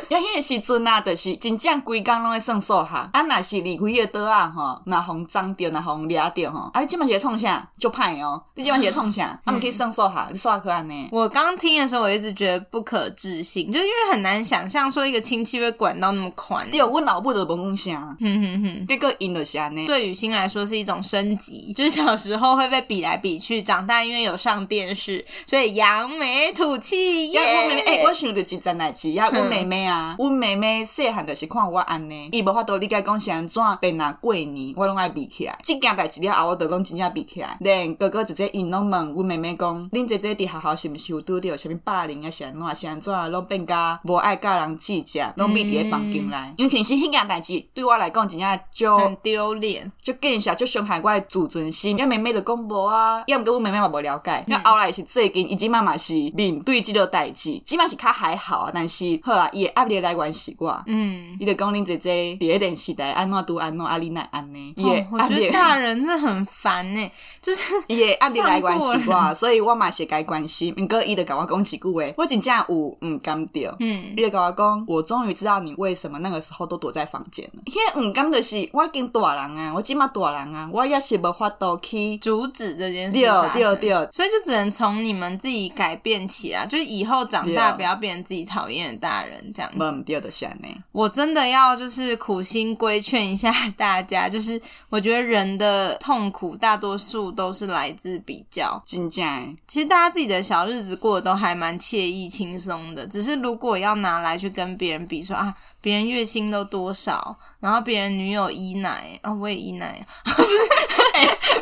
[SPEAKER 2] 呀，迄个时阵啊，就是真正规工拢咧算数学，啊，若是离开迄个桌啊吼，若互脏着，若互掠着吼，啊，你即满是咧创啥？就歹哦，你即满是咧创啥？
[SPEAKER 1] 嗯
[SPEAKER 2] 啊，毋去算数学，你数学课安尼。
[SPEAKER 1] 我刚听的时候，我一直觉得不可置信，就是因为很难想象说一个亲戚会管到那么宽。
[SPEAKER 2] 对，阮老母就无讲啥，
[SPEAKER 1] 嗯哼哼。
[SPEAKER 2] 结果因就是安尼。
[SPEAKER 1] 对雨欣来说是一种升级，就是小时候会被比来比去，长大因为有上电视，所以扬眉吐气耶。嗯
[SPEAKER 2] 呀，阮妹妹，诶、我想着一件代志，呀，阮妹妹啊，阮妹妹细汉就是看我安尼，伊无法度理解讲是安怎变若过年，我拢爱比起来。即件代志了后，我就讲真正比起来。连哥哥姐姐因拢问阮妹妹讲，恁姐姐伫学校是毋是有拄着啥物霸凌啊，是安怎，是安怎，拢变甲无爱甲人计较，拢秘伫咧房间内。因为其实迄件代志对我来讲真正
[SPEAKER 1] 嗯很
[SPEAKER 2] 就。
[SPEAKER 1] 丢脸。
[SPEAKER 2] 就见下就伤害我的自尊心，呀妹妹就讲无啊，呀毋过阮妹妹嘛无了
[SPEAKER 1] 嗯
[SPEAKER 2] 解，呀、后来是最近伊即嘛嘛是面对即个代志，即嘛是较还好啊，但是好啊，伊的压力来源是我，
[SPEAKER 1] 嗯，
[SPEAKER 2] 伊、就讲恁姐姐伫咧电视台安怎拄安怎，啊你若安尼，伊
[SPEAKER 1] 哦
[SPEAKER 2] 的
[SPEAKER 1] 我
[SPEAKER 2] 压
[SPEAKER 1] 觉得
[SPEAKER 2] 力。
[SPEAKER 1] 大人真的很烦呢、就是
[SPEAKER 2] 伊的压力来源
[SPEAKER 1] 放
[SPEAKER 2] 是
[SPEAKER 1] 过
[SPEAKER 2] 我，所以我嘛是该关心。毋过伊就甲我讲一句话，我真正有毋甘着。
[SPEAKER 1] 嗯
[SPEAKER 2] 伊就甲我讲，我终于知道你为什么那个时候都躲在房间了。迄毋甘就是我已经大人啊，我即嘛大人啊，我也是无法度去
[SPEAKER 1] 阻止这件事
[SPEAKER 2] 对哦
[SPEAKER 1] 发生
[SPEAKER 2] 对对
[SPEAKER 1] 所以就只能从你们自己改变起来，就是以后长大
[SPEAKER 2] 对啊
[SPEAKER 1] 不要变成自己讨厌的大人这样子
[SPEAKER 2] 无毋对就是安尼。
[SPEAKER 1] 我真的要就是苦心规劝一下大家，就是我觉得人的痛苦大多数都是来自比较。
[SPEAKER 2] 真正诶，
[SPEAKER 1] 其实大家自己的小日子过得都还蛮惬意轻松的，只是如果要拿来去跟别人比说啊，别人月薪都多少，然后别人女友依奶啊、我也依奶，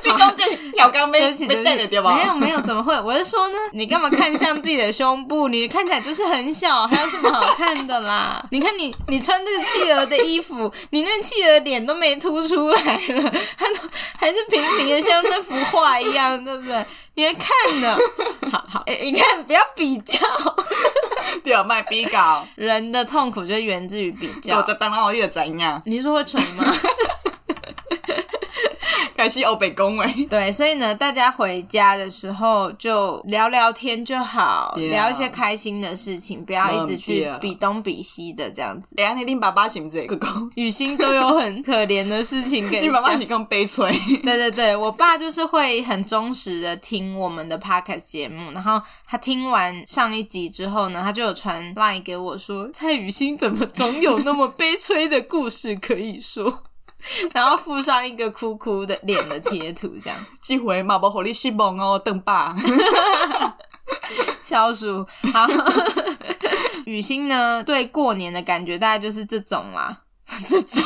[SPEAKER 2] 你讲这是调岗
[SPEAKER 1] 对不起，对不起，
[SPEAKER 2] 对
[SPEAKER 1] 没有没有，怎么会？我是说呢，你干嘛看向自己的胸部？你看起来就是很小，还有什么好看的啦？你看你，你穿这个企鹅的衣服，你那企鹅脸都没凸出来了，它都还是平平的，像那幅画一样，对不对？你还看呢？好好，哎你看，不要比较，
[SPEAKER 2] 对，卖比较，
[SPEAKER 1] 人的痛苦就源自于比较
[SPEAKER 2] 我。十当然我你就知影，
[SPEAKER 1] 你是说会蠢吗？
[SPEAKER 2] 开始黑白讲话。
[SPEAKER 1] 对，所以呢，大家回家的时候就聊聊天就好
[SPEAKER 2] Yeah
[SPEAKER 1] 聊一些开心的事情，不要一直去
[SPEAKER 2] Yeah
[SPEAKER 1] 比东比西的这样子。
[SPEAKER 2] 哎，安尼恁爸爸是毋是会去 讲？
[SPEAKER 1] 雨欣都有很可怜的事情给
[SPEAKER 2] 恁
[SPEAKER 1] 讲
[SPEAKER 2] 爸爸是讲悲催，
[SPEAKER 1] 对对对，我爸就是会很忠实的听我们的 podcast 节目，然后他听完上一集之后呢，他就有传 line 给我说，蔡雨欣怎么总有那么悲催的故事可以说， 然后附上一个哭哭的脸的贴图，这样。
[SPEAKER 2] 即回嘛无互你失望哦，邓 爸。
[SPEAKER 1] 消暑。好， 雨欣呢，对过年的感觉大概就是这种啦。这种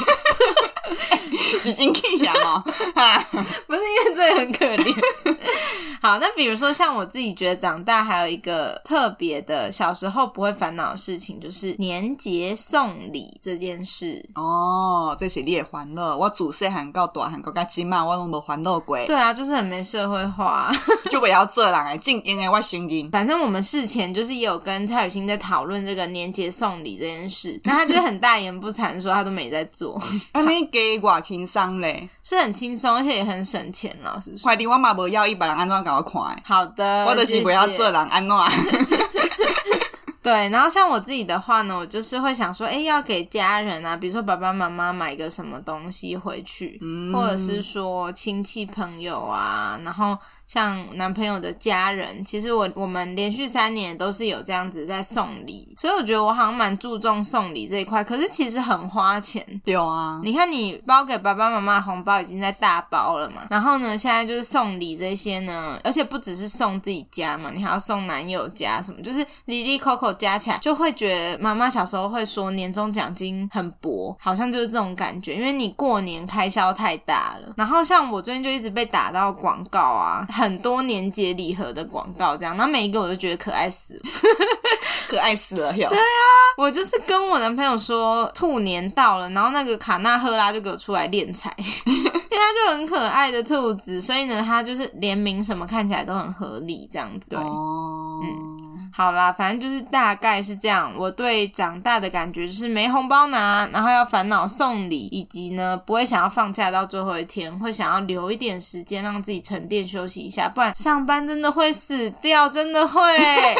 [SPEAKER 2] 是真气人哦！哈
[SPEAKER 1] 不是因为这很可怜。 好，那比如说像我自己觉得长大还有一个特别的，小时候不会烦恼的事情，就是年节送礼这件事。
[SPEAKER 2] 哦，这是你的烦恼。我自细汉到大汉到甲即满，我拢无烦恼过，
[SPEAKER 1] 对啊，就是很没社会化。
[SPEAKER 2] 就袂晓做人诶，正经诶，我承认。
[SPEAKER 1] 反正我们事前就是也有跟蔡雨欣在讨论这个年节送礼这件事，那她就是很大言不惭说她都没在做，
[SPEAKER 2] 安尼加偌轻松咧，
[SPEAKER 1] 是很轻松，而且也很省钱。老实说，
[SPEAKER 2] 快点我嘛无要伊别人安怎甲我看诶，
[SPEAKER 1] 好的，
[SPEAKER 2] 我就是
[SPEAKER 1] 谢谢
[SPEAKER 2] 袂晓做人安怎。
[SPEAKER 1] 对，然后像我自己的话呢，我就是会想说，哎，要给家人啊，比如说爸爸妈妈买个什么东西回去，或者是说亲戚朋友啊，然后像男朋友的家人，其实我我们连续三年都是有这样子在送礼，所以我觉得我好像蛮注重送礼这一块，可是其实很花钱。
[SPEAKER 2] 对啊，
[SPEAKER 1] 你看，你包给爸爸妈妈的红包已经在大包了嘛，然后呢，现在就是送礼这些呢，而且不只是送自己家嘛，你还要送男友家什么，就是里里扣扣有加起来，就会觉得妈妈小时候会说年终奖金很薄，好像就是这种感觉，因为你过年开销太大了。然后像我最近就一直被打到广告啊，很多年节礼盒的广告这样，然后每一个我都觉得可爱死了。
[SPEAKER 2] 可爱死了哟！
[SPEAKER 1] 我就是跟我男朋友说兔年到了，然后那个卡纳赫拉就给我出来练财， 因为它就很可爱的兔子，所以呢，它就是联名什么看起来都很合理这样子。对，
[SPEAKER 2] 哦，
[SPEAKER 1] 好啦，反正就是大概是这样。我对长大的感觉就是没红包拿，然后要烦恼送礼，以及呢不会想要放假到最后一天，会想要留一点时间让自己沉淀休息一下，不然上班真的会死掉，真的会。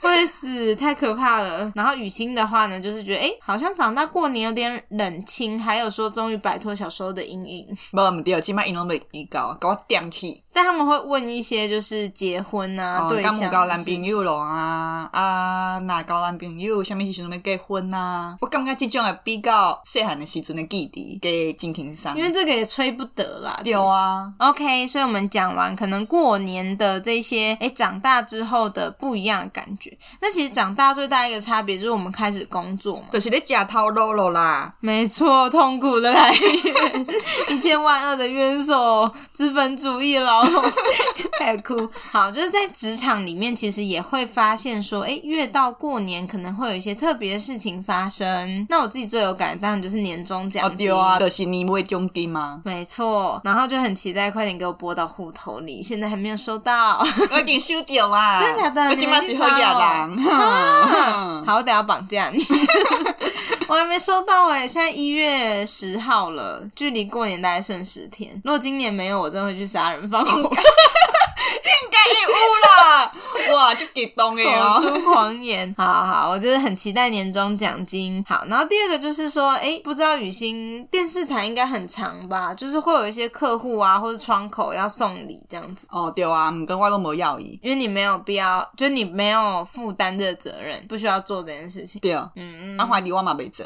[SPEAKER 1] 会死，太可怕了。然后雨欣的话呢，就是觉得哎、诶好像长大过年有点冷清，还有说终于摆脱小时候的阴影。
[SPEAKER 2] 无毋对，即摆因拢袂预告，甲我点去，
[SPEAKER 1] 但他们会问一些就是结婚啊、
[SPEAKER 2] 哦
[SPEAKER 1] 对
[SPEAKER 2] 敢
[SPEAKER 1] 象的事情、
[SPEAKER 2] 有交男朋友咯啊啊，若交男朋友，啥物时阵要结婚啊？我感觉即种诶比较细汉诶时阵诶记忆，给真轻松。
[SPEAKER 1] 因为这个也吹不得啦。其
[SPEAKER 2] 对
[SPEAKER 1] 实
[SPEAKER 2] 啊，
[SPEAKER 1] OK，所以我们讲完可能过年的这些，诶，长大之后的不一样的感觉。那其实长大最大一个差别就是我们开始工作嘛，
[SPEAKER 2] 就是咧食头路咯啦。
[SPEAKER 1] 没错，痛苦的来源， 一千万恶的冤手，资本主义劳 动，开始哭。好，就是在职场里面，其实也会发现说，诶，越到过年可能会有一些特别的事情发生。那我自己最有感，当然就是年终奖
[SPEAKER 2] 哦
[SPEAKER 1] 金。。
[SPEAKER 2] 对啊，就是年尾奖金嘛
[SPEAKER 1] 没错，然后就很期待快点给我拨到户头里，现在还没有收到。
[SPEAKER 2] 我已经收着 啦，
[SPEAKER 1] 真的假的
[SPEAKER 2] 我即摆是好啊野 人。
[SPEAKER 1] 好，我等下绑架你。我还没收到哎、现在一月十号了，距离过年大概剩十天。如果今年没有，我真的会去杀人放 火，
[SPEAKER 2] 应该有啦，哇，就激动诶
[SPEAKER 1] 口
[SPEAKER 2] 哦。
[SPEAKER 1] 哎出狂言。好好好，我就是很期待年终奖金。好，然后第二个就是说，哎、不知道雨欣电视台应该很长吧？就是会有一些客户啊，或者窗口要送礼这样子。
[SPEAKER 2] 哦，对啊，毋过我拢无要伊。
[SPEAKER 1] 因为你没有必要，就你没有负担这个责任，不需要做这件事情。
[SPEAKER 2] 对，嗯，啊，怀疑我嘛袂做。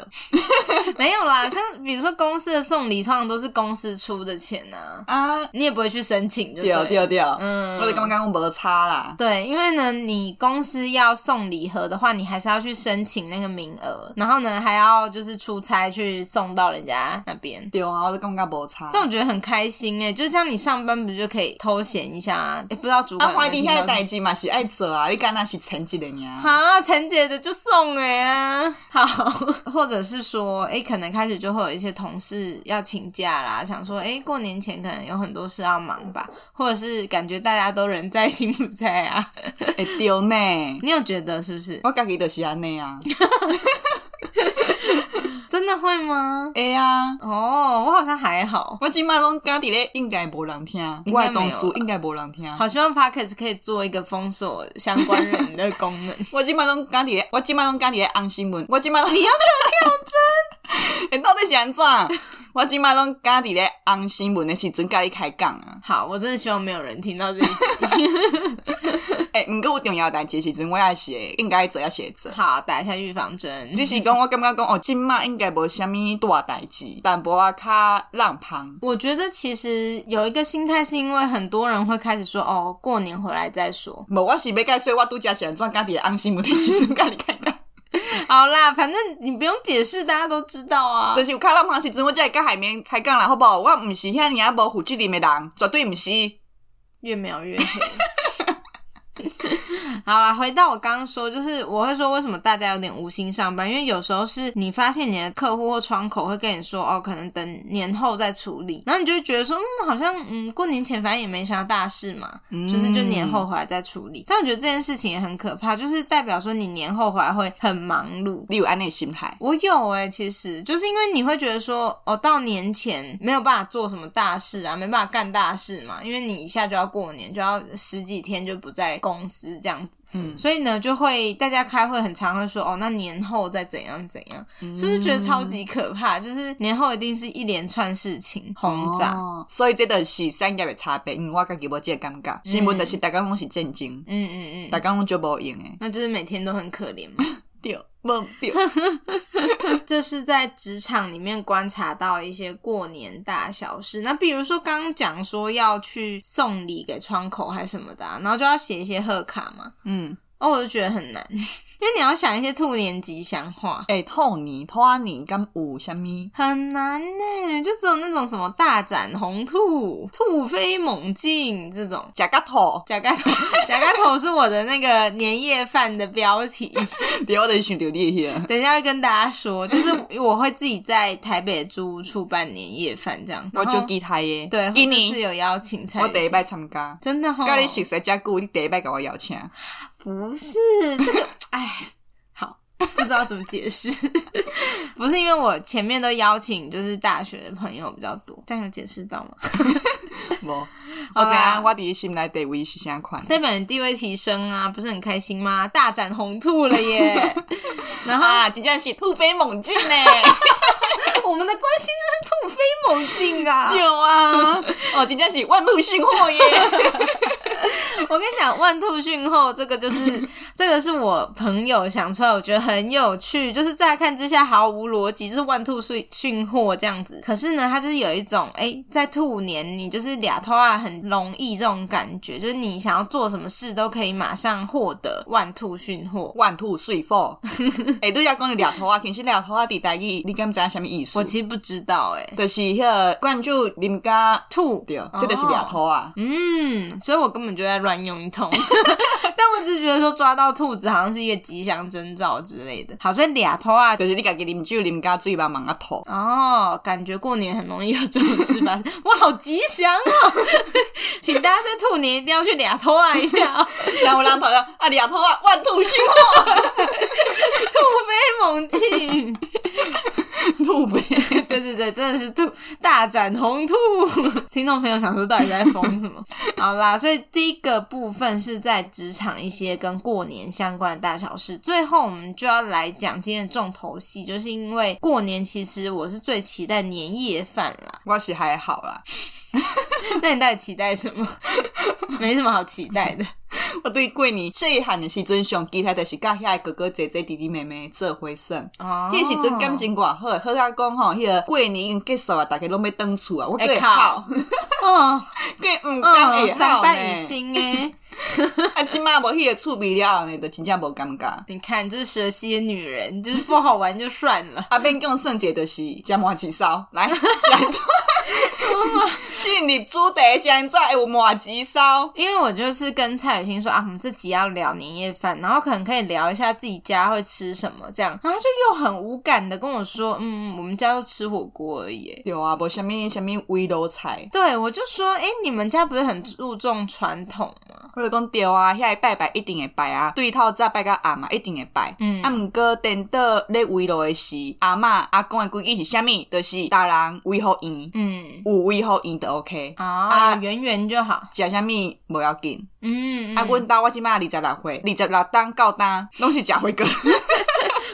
[SPEAKER 1] 没有啦，像比如说公司的送礼，通常都是公司出的钱啊，
[SPEAKER 2] 啊，
[SPEAKER 1] 你也不会去申请就
[SPEAKER 2] 对啊
[SPEAKER 1] 了
[SPEAKER 2] 对对，
[SPEAKER 1] 嗯
[SPEAKER 2] 我就感觉讲无差啦。
[SPEAKER 1] 对，因为呢，你公司要送礼盒的话，你还是要去申请那个名额，然后呢，还要就是出差去送到人家那边。
[SPEAKER 2] 对啊，我就感觉无差。
[SPEAKER 1] 但我觉得很开心哎、就这样你上班不就可以偷闲一下、啊？也不知道主管
[SPEAKER 2] 啊，
[SPEAKER 1] 有没
[SPEAKER 2] 怀
[SPEAKER 1] 有
[SPEAKER 2] 疑
[SPEAKER 1] 听
[SPEAKER 2] 遐
[SPEAKER 1] 到
[SPEAKER 2] 个代志嘛是爱做啊，你敢若是成绩 的尔。
[SPEAKER 1] 啊，陈姐的就送哎、啊，好， 或者是说，哎、可能开始就会有一些同事要请假啦，想说，哎、过年前可能有很多事要忙吧，或者是感觉大家都人在心不在啊，
[SPEAKER 2] 会对呢，
[SPEAKER 1] 你有觉得是不是？
[SPEAKER 2] 我家己就是安尼啊。
[SPEAKER 1] 真的会吗？
[SPEAKER 2] 会啊，
[SPEAKER 1] 哦，我好像还好，
[SPEAKER 2] 我即摆拢家己咧，应该无人听。
[SPEAKER 1] 应
[SPEAKER 2] 我
[SPEAKER 1] 该没有
[SPEAKER 2] 的同事应该无人听。
[SPEAKER 1] 好希望 p o d c a s t 可以做一个封锁相关人的功 能。
[SPEAKER 2] 我即摆拢家己咧，我即摆拢家己咧红新闻。我即摆你要给 我跳针，到底是安怎？我即摆拢家己咧红新闻的时阵，家己开讲啊。
[SPEAKER 1] 好，我真的希望没有人听到这一集。
[SPEAKER 2] 诶、欸毋过有重要的代志的时阵，我也是会应该做，也是会做。
[SPEAKER 1] 好，打一下预防针。
[SPEAKER 2] 只是讲，我感觉讲哦，即麦应该无虾米大代志，淡薄啊较浪芳。
[SPEAKER 1] 我觉得其实有一个心态，是因为很多人会开始说哦，过年回来再说。
[SPEAKER 2] 无，我是要解说，我拄则是安怎家己的红心无的时阵，家己看 看。
[SPEAKER 1] 好啦，反正你不用解释，大家都知道啊
[SPEAKER 2] 就。是有较浪芳的时阵，我才会甲海绵开讲啦，好无？我毋是遐尔啊无负责任的人，绝对毋是。
[SPEAKER 1] 越描越黑。 好啦，回到我刚刚说，就是我会说为什么大家有点无心上班，因为有时候是你发现你的客户或窗口会跟你说，哦，可能等年后再处理，然后你就会觉得说，嗯，好像嗯过年前反正也没啥大事嘛，嗯就是就年后回来再处理。但我觉得这件事情也很可怕，就是代表说你年后回来会很忙碌。
[SPEAKER 2] 你有安尼的心态，
[SPEAKER 1] 我有哎、其实就是因为你会觉得说，哦，到年前没有办法做什么大事啊，没办法干大事嘛，因为你一下就要过年，就要十几天就不在公司这样子，嗯，所以呢，就会大家开会很常会说，哦，那年后再怎样怎样，是不是觉得超级可怕？就是年后一定是一连串事情轰炸，
[SPEAKER 2] 哦所以这就是产业的差别，因为我家己无即个感觉。新闻就是大家拢是震惊，
[SPEAKER 1] 嗯嗯嗯，
[SPEAKER 2] 大家拢就无用的。
[SPEAKER 1] 那就是每天都很可怜嘛。
[SPEAKER 2] 对，无对。
[SPEAKER 1] 这是在职场里面观察到一些过年大小事。那比如说刚刚讲说要去送礼给窗口还是什么的啊、然后就要写一些贺卡嘛。
[SPEAKER 2] 嗯，
[SPEAKER 1] 哦，我就觉得很难， 因为你要想一些兔年吉祥话，
[SPEAKER 2] 诶、兔年、兔啊年，敢有啥物？
[SPEAKER 1] 很难呢，就只有那种什么大展宏兔、兔飞猛进这种。
[SPEAKER 2] 食甲兔，
[SPEAKER 1] 假盖头， 假盖头是我的那个年夜饭的标题。
[SPEAKER 2] 对，我就是想着你迄。
[SPEAKER 1] 等一下会跟大家说，就是我会自己在台北租屋处办年夜饭这样。
[SPEAKER 2] 我
[SPEAKER 1] 然
[SPEAKER 2] 就
[SPEAKER 1] 后
[SPEAKER 2] 记他耶，
[SPEAKER 1] 对，
[SPEAKER 2] 今
[SPEAKER 1] 或者是
[SPEAKER 2] 年
[SPEAKER 1] 有邀请才
[SPEAKER 2] 我第一哦
[SPEAKER 1] 行
[SPEAKER 2] 摆参加，
[SPEAKER 1] 真的哈、
[SPEAKER 2] 甲你熟识遮久，你第一摆甲我邀 请，
[SPEAKER 1] 不是这 个，哎，好，不知道怎么解释。 不是因为我前面都邀请就是大学的朋友比较多，这样有解释到 吗？
[SPEAKER 2] 无，
[SPEAKER 1] 好
[SPEAKER 2] 我知
[SPEAKER 1] 啦
[SPEAKER 2] 影我伫你心内地位是啥款。
[SPEAKER 1] 代表你地位提升啊，不是很开心吗？大展宏图了 耶！然后
[SPEAKER 2] 啊，真正是突飞猛进呢！
[SPEAKER 1] 我们的关系真是突飞猛进啊！
[SPEAKER 2] 有啊，哦，真正是万路迅获耶！
[SPEAKER 1] 我跟你讲，万兔讯后这个就是这个是我朋友想出来，我觉得很有趣，就是乍看之下毫无逻辑，就是万兔讯讯货这样子。可是呢，它就是有一种哎、诶在兔年你就是俩头啊很容易这种感觉，就是你想要做什么事都可以马上获得万兔讯货。
[SPEAKER 2] 万兔水火， 哎，对呀，讲你掠头啊，其实掠头啊，伫台语你敢知影啥物意思
[SPEAKER 1] 我？其实不知道哎、诶
[SPEAKER 2] 就是迄个灌注林家
[SPEAKER 1] 兔
[SPEAKER 2] 对，这就是掠头啊。
[SPEAKER 1] 嗯，所以我根本就在乱用一通。 但我只是觉得说抓到兔子好像是一个吉祥征兆之类的。好，所以俩头啊
[SPEAKER 2] 就是你家己啉酒，啉家水吧，忙啊吐。
[SPEAKER 1] 哦，感觉过年很容易有这种事发生，哇，好吉祥哦！ 请大家在兔年一定要去俩头啊一下、哦，
[SPEAKER 2] 然后人头讲啊，掠头啊，万兔迅
[SPEAKER 1] 突飞猛进。
[SPEAKER 2] 获，兔飞。
[SPEAKER 1] 对对对，真的是兔大展宏兔。听众朋友想说，到底在疯什么？好啦，所以第一个部分是在职场一些跟过年相关的大小事。最后我们就要来讲今天的重头戏，就是因为过年其实我是最期待年夜饭啦。
[SPEAKER 2] 我是还好啦，
[SPEAKER 1] 那你到底期待什么？ 没什么好期待的。
[SPEAKER 2] 我对过年细汉的时阵上期待就是甲遐哥哥姐姐弟弟妹妹做伙耍。
[SPEAKER 1] 哦
[SPEAKER 2] 迄时阵感情偌好，好到讲吼，迄个过年已经结束啊，大家拢要返厝啊，我
[SPEAKER 1] 会
[SPEAKER 2] 会
[SPEAKER 1] 哭
[SPEAKER 2] 哭，
[SPEAKER 1] 哦，
[SPEAKER 2] 计毋甘
[SPEAKER 1] 哦
[SPEAKER 2] 会，
[SPEAKER 1] 三
[SPEAKER 2] 哭
[SPEAKER 1] 百五
[SPEAKER 2] 呢。
[SPEAKER 1] 星哎！
[SPEAKER 2] 啊，即摆无迄个趣味了后呢，就真正无感觉。。
[SPEAKER 1] 你看，这是蛇蝎女人， 就是不好玩就算了
[SPEAKER 2] 啊，变讲算者就是食麻糍烧，来，来做。进入主题先做有麻糍烧，
[SPEAKER 1] 因为我就是跟蔡雨欣说啊，我们这集要聊年夜饭，然后可能可以聊一下自己家会吃什么这样，然后他就又很无感的跟我说，嗯，我们家就吃火锅而已耶。
[SPEAKER 2] 对啊，无啥物啥物围炉菜，
[SPEAKER 1] 对，我就说，哎，你们家不是很注重传统吗？
[SPEAKER 2] 我就讲对啊，遐拜拜一定会拜啊，对透早拜到暗嘛一定会拜。
[SPEAKER 1] 嗯
[SPEAKER 2] 啊，毋过颠倒咧围炉的是阿嬷阿公的规矩是啥物，就是大人围好圆，
[SPEAKER 1] 嗯，
[SPEAKER 2] 有围好圆就 OK。
[SPEAKER 1] 啊，
[SPEAKER 2] 啊
[SPEAKER 1] 有圆圆就好。
[SPEAKER 2] 食啥物无要紧，
[SPEAKER 1] 嗯，
[SPEAKER 2] 啊，
[SPEAKER 1] 嗯
[SPEAKER 2] 阮兜我即满二十六岁，二十六当到当拢是食火 锅。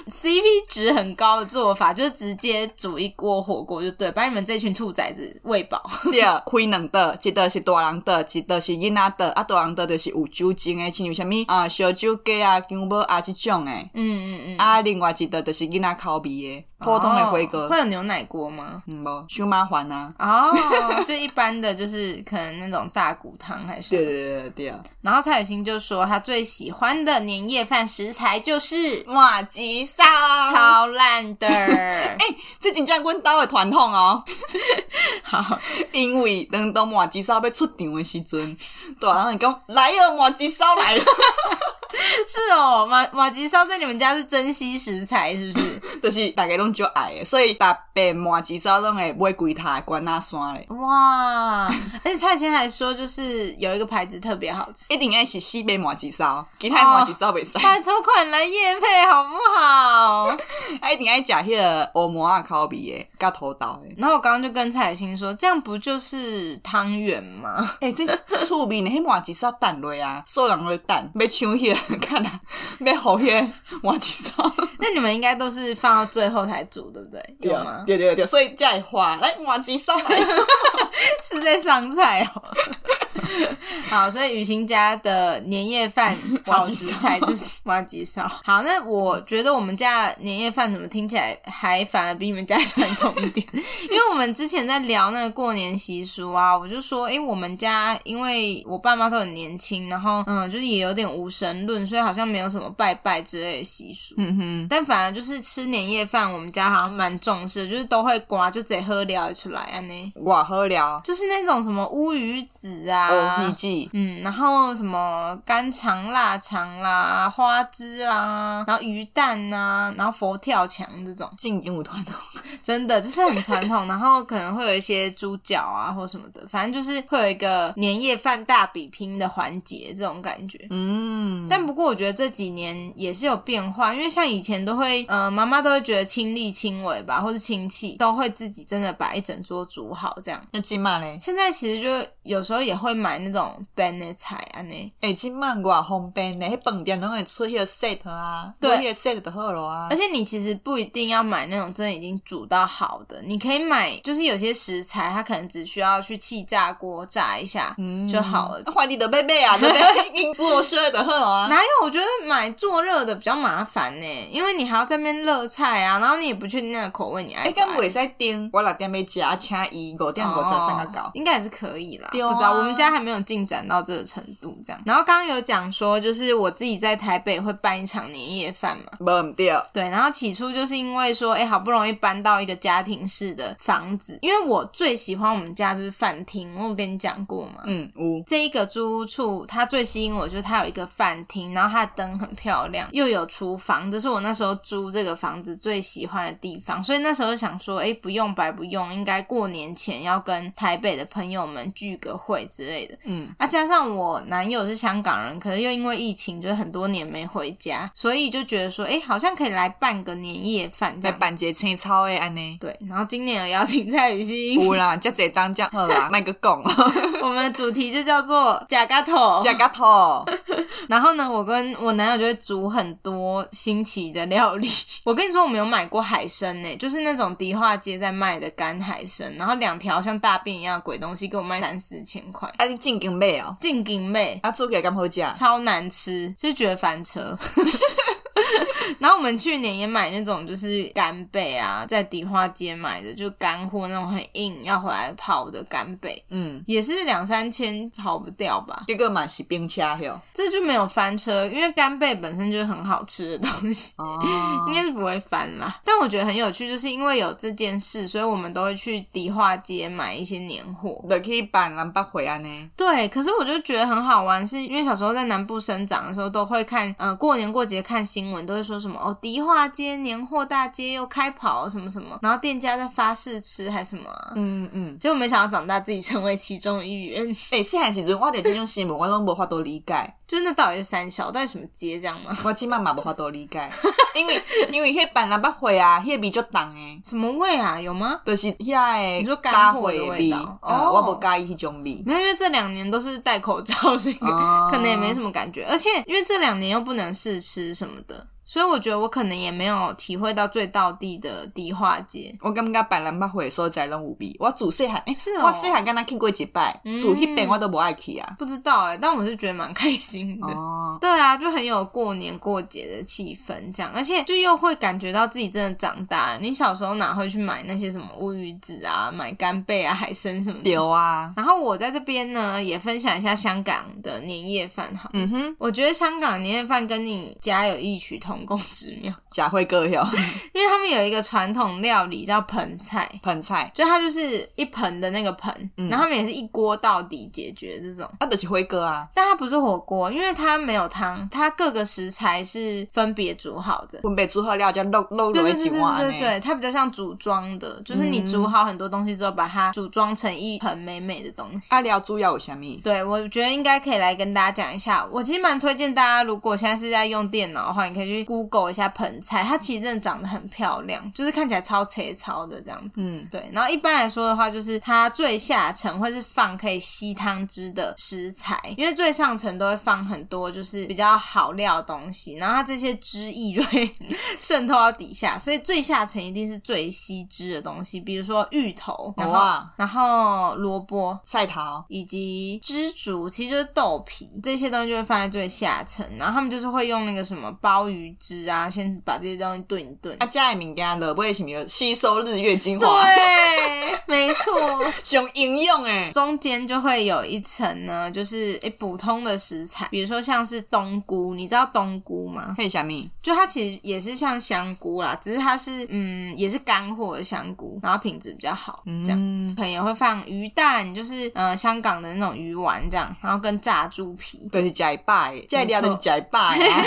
[SPEAKER 1] CP 值很高的做法，就是直接煮一锅火锅就对，把你们这群兔崽子喂饱。
[SPEAKER 2] 对，开两道，一道是大人道，一道是囡仔道。啊，大人道就是有酒精的，亲像啥物啊，烧酒鸡啊、姜母啊即种的。
[SPEAKER 1] 嗯嗯嗯，
[SPEAKER 2] 啊，另外一道就是囡仔口味的，普通的火锅
[SPEAKER 1] 哦。会有牛奶锅吗？
[SPEAKER 2] 嗯，无，伤麻烦啊。
[SPEAKER 1] 哦，就一般的就是可能那种大骨汤还是。
[SPEAKER 2] 对对对对，
[SPEAKER 1] 然后蔡雨欣就说，她最喜欢的年夜饭食材就是
[SPEAKER 2] 麻糍烧，
[SPEAKER 1] 超烂的。 哎
[SPEAKER 2] 这真正阮兜的传统哦。
[SPEAKER 1] 好，
[SPEAKER 2] 因为当当麻糍烧要出场的时阵，大人会讲来了，麻糍烧来了，
[SPEAKER 1] 是哦，马马吉烧在你们家是珍稀食材是不是？
[SPEAKER 2] 就是大家拢足爱的，所以逐遍麻糍烧拢会买几塔管仔山咧。
[SPEAKER 1] 哇！而且蔡雨欣还说，就是有一个牌子特别好吃。
[SPEAKER 2] 一定爱是西北麻糍烧，其他的麻糍烧袂使。
[SPEAKER 1] 拜托，快来夜配好不好？
[SPEAKER 2] 啊，一定爱食迄个欧摩啊口味的，甲土豆 的。
[SPEAKER 1] 然后我刚刚就跟蔡雨欣说，这样不就是汤圆吗？
[SPEAKER 2] 诶、欸这厝边的迄麻糍烧蛋落啊，所有人会蛋，要抢迄、个， 看啦，要互迄个麻糍烧。
[SPEAKER 1] 那你们应该都是放到最后才煮，对不对？啊有吗？
[SPEAKER 2] 对对 对，所以才会花来麻糍烧来。
[SPEAKER 1] 是在上菜哦。 好，所以雨欣家的年夜 饭
[SPEAKER 2] 挖
[SPEAKER 1] 好
[SPEAKER 2] 吉
[SPEAKER 1] 食
[SPEAKER 2] 烧
[SPEAKER 1] 材就是挖吉烧。好，那我觉得我们家年夜饭怎么听起来还反而比你们家传统一 点？因为我们之前在聊那个过年习俗啊，我就说，诶、我们家因为我爸妈都很年轻，然后嗯，就是也有点无神论，所以好像没有什么拜拜之类的习俗。
[SPEAKER 2] 嗯哼，
[SPEAKER 1] 但反而就是吃年夜饭，我们家好像蛮重视的，就是都会刮，就直接喝料出来啊安呢，
[SPEAKER 2] 我好了，
[SPEAKER 1] 就是那种什么乌鱼子啊，
[SPEAKER 2] 哦，脾气，
[SPEAKER 1] 嗯，然后什么干肠、腊肠啦、花枝啦，然后鱼蛋呐、然后佛跳墙这种，
[SPEAKER 2] 进鹦鹉团 哦，
[SPEAKER 1] 真的就是很传统。然后可能会有一些猪脚啊或什么的，反正就是会有一个年夜饭大比拼的环节这种感觉。
[SPEAKER 2] 嗯，
[SPEAKER 1] 但不过我觉得这几年也是有变化，因为像以前都会，呃，妈妈都会觉得亲力亲为吧，或是亲戚都会自己真的把一整桌煮好这样。
[SPEAKER 2] 那今晚嘞，
[SPEAKER 1] 现在其实就有时候也会买那种 ban 的菜啊，那
[SPEAKER 2] 诶，今晚我方便嘞，迄饭店拢会出迄个 set 啊，
[SPEAKER 1] 对
[SPEAKER 2] 买迄个 set 就好了啊
[SPEAKER 1] 而。且你其实不一定要买那种真的已经煮到好的，你可以买，就是有些食材它可能只需要去气炸锅炸一下就好了。
[SPEAKER 2] 啊，怀你的贝 贝啊，对不对？因做事就好了啊。
[SPEAKER 1] 哪有？我觉得买做热的比较麻烦呢、因为你还要在那边热菜啊，然后你也不确定那个口味你爱
[SPEAKER 2] 哎，
[SPEAKER 1] 不爱。
[SPEAKER 2] 敢袂使订？我六点要食，啊，请伊五点五十上个到
[SPEAKER 1] 哦。应该也是可以啦。
[SPEAKER 2] 对啊
[SPEAKER 1] 不知道我们家还没有进展到这个程度，这样。然后刚刚有讲说，就是我自己在台北会办一场年夜饭嘛。
[SPEAKER 2] 无毋对，
[SPEAKER 1] 对，然后起初就是因为说，哎，好不容易搬到一个家庭式的房子，因为我最喜欢我们家就是饭厅，我有跟你讲过嘛。
[SPEAKER 2] 嗯，有
[SPEAKER 1] 这一个租屋处，它最吸引我就是它有一个饭厅，然后它的灯很漂亮，又有厨房，这是我那时候租这个房子最喜欢的地方。所以那时候想说，哎，不用白不用，应该过年前要跟台北的朋友们聚个会之类的。
[SPEAKER 2] 嗯，
[SPEAKER 1] 啊，加上我男友是香港人，可是又因为疫情，就是很多年没回家，所以就觉得说，哎，好像可以来办个年夜饭这
[SPEAKER 2] 来
[SPEAKER 1] 样。
[SPEAKER 2] 办一个青草的安尼。
[SPEAKER 1] 对，然后今年有邀请蔡雨欣，
[SPEAKER 2] 有啦，遮济当遮好啦，卖个讲，
[SPEAKER 1] 我们的主题就叫做“假嘎头”，
[SPEAKER 2] 食啊个头。
[SPEAKER 1] 然后呢，我跟我男友就会煮很多新奇的料理。 我跟你说，我们有买过海参呢、就是那种迪化街在卖的干海参，然后两条像大便一样的鬼东西，给我卖三四千块，
[SPEAKER 2] 啊，你正经买哦，
[SPEAKER 1] 劲顶妹
[SPEAKER 2] 啊，煮起来敢好食？
[SPEAKER 1] 超难吃，就是觉得翻车。 然后我们去年也买那种就是干贝啊，在迪化街买的，就干货那种很硬，要回来泡的干贝，
[SPEAKER 2] 嗯，
[SPEAKER 1] 也是两三千跑不掉吧。
[SPEAKER 2] 结果嘛是冰车哟。
[SPEAKER 1] 这就没有翻车，因为干贝本身就是很好吃的东西，
[SPEAKER 2] 哦，
[SPEAKER 1] 应该是不会翻啦。但我觉得很有趣，就是因为有这件事，所以我们都会去迪化街买一些年货。
[SPEAKER 2] 就去办南北回啊安尼。
[SPEAKER 1] 对，可是我就觉得很好玩，是因为小时候在南部生长的时候，都会看，呃，过年过节看新闻，都会说什么哦，迪化街年货大街又开跑什么什么，然后店家在发试吃还什么、啊，
[SPEAKER 2] 嗯嗯，
[SPEAKER 1] 结果没想到长大自己成为其中一员，
[SPEAKER 2] 诶，细汉时阵我对即种新闻我拢无法度理解，
[SPEAKER 1] 就那到底是三小，到底什么街这样吗？
[SPEAKER 2] 我即满嘛无法度理解，因为因为迄办南北回啊，迄味足重诶。
[SPEAKER 1] 什么味啊？有吗？
[SPEAKER 2] 就是遐
[SPEAKER 1] 你说
[SPEAKER 2] 个
[SPEAKER 1] 干货
[SPEAKER 2] 火
[SPEAKER 1] 的味
[SPEAKER 2] 味，
[SPEAKER 1] 道
[SPEAKER 2] 嗯
[SPEAKER 1] 哦
[SPEAKER 2] 我无介意迄种味。
[SPEAKER 1] 没有，因为这两年都是戴口罩， 所以
[SPEAKER 2] 哦
[SPEAKER 1] 可能也没什么感觉。而且因为这两年又不能试吃什么的，所以我觉得我可能也没有体会到最到地的迪化街。
[SPEAKER 2] 我感觉白兰北回的所在拢有味。我自细汉，诶、
[SPEAKER 1] 是哦
[SPEAKER 2] 我细汉敢若去过一摆，
[SPEAKER 1] 嗯
[SPEAKER 2] 住迄边我都无爱去啊。
[SPEAKER 1] 不知道哎、但我是觉得蛮 开心的。
[SPEAKER 2] 哦，
[SPEAKER 1] 对啊，就很有过年过节的气氛，这样，而且就又会感觉到自己真的长大了。你小时候哪会去买那些什么乌鱼子啊、买干贝啊、海参什么的
[SPEAKER 2] 对？啊，
[SPEAKER 1] 然后我在这边呢，也分享一下香港的年夜饭哈。
[SPEAKER 2] 嗯哼，
[SPEAKER 1] 我觉得香港年夜饭跟你家有异曲同工之妙，
[SPEAKER 2] 食火锅哟，
[SPEAKER 1] 因为他们有一个传统料理叫盆菜，
[SPEAKER 2] 盆菜，
[SPEAKER 1] 就它就是一盆的那个盆，然后他们也是一锅到底解决这种。
[SPEAKER 2] 啊，就是火锅啊，
[SPEAKER 1] 但它不是火锅，因为它没有汤，它各个食材是分别煮好的。
[SPEAKER 2] 分别煮好了，才落落
[SPEAKER 1] 对对
[SPEAKER 2] 落去
[SPEAKER 1] 对
[SPEAKER 2] 一
[SPEAKER 1] 对
[SPEAKER 2] 碗安
[SPEAKER 1] 对
[SPEAKER 2] 尼。
[SPEAKER 1] 对，它比较像组装的，就是你煮好很多东西之后，把它组装成一盆美美的东西。
[SPEAKER 2] 啊，了主要有啥物？
[SPEAKER 1] 对，我觉得应该可以来跟大家讲一下。我其实蛮推荐大家，如果现在是在用电脑的话，你可以去 Google 一下盆菜，它其实真的长得很漂亮，就是看起来超切超的这样子。
[SPEAKER 2] 嗯，
[SPEAKER 1] 对，然后一般来说的话，就是它最下层会是放可以吸汤汁的食材，因为最上层都会放很多就是比较好料的东西，然后它这些汁液就会 渗透到底下，所以最下层一定是最吸汁的东西，比如说芋头，然后、
[SPEAKER 2] 哇
[SPEAKER 1] 然后萝卜，
[SPEAKER 2] 晒桃，
[SPEAKER 1] 以及枝竹，其实就是豆皮这些东西就会放在最下层，然后他们就是会用那个什么鲍鱼汁啊，先把这些东西炖一炖
[SPEAKER 2] 啊，。家的物件了，尾是毋是吸收日月精华，
[SPEAKER 1] 对，没错，
[SPEAKER 2] 上应用诶。
[SPEAKER 1] 中间就会有一层呢，就是诶普通的食材，比如说像是冬菇，你知道冬菇吗？
[SPEAKER 2] 嘿，虾米？
[SPEAKER 1] 就它其实也是像香菇啦，只是它是嗯也是干货的香菇，然后品质比较好，这样。
[SPEAKER 2] 嗯，
[SPEAKER 1] 可能也会放鱼蛋，就是呃香港的那种鱼丸这样，然后跟炸猪皮，
[SPEAKER 2] 就是食一摆的，这料就是食一摆的。啊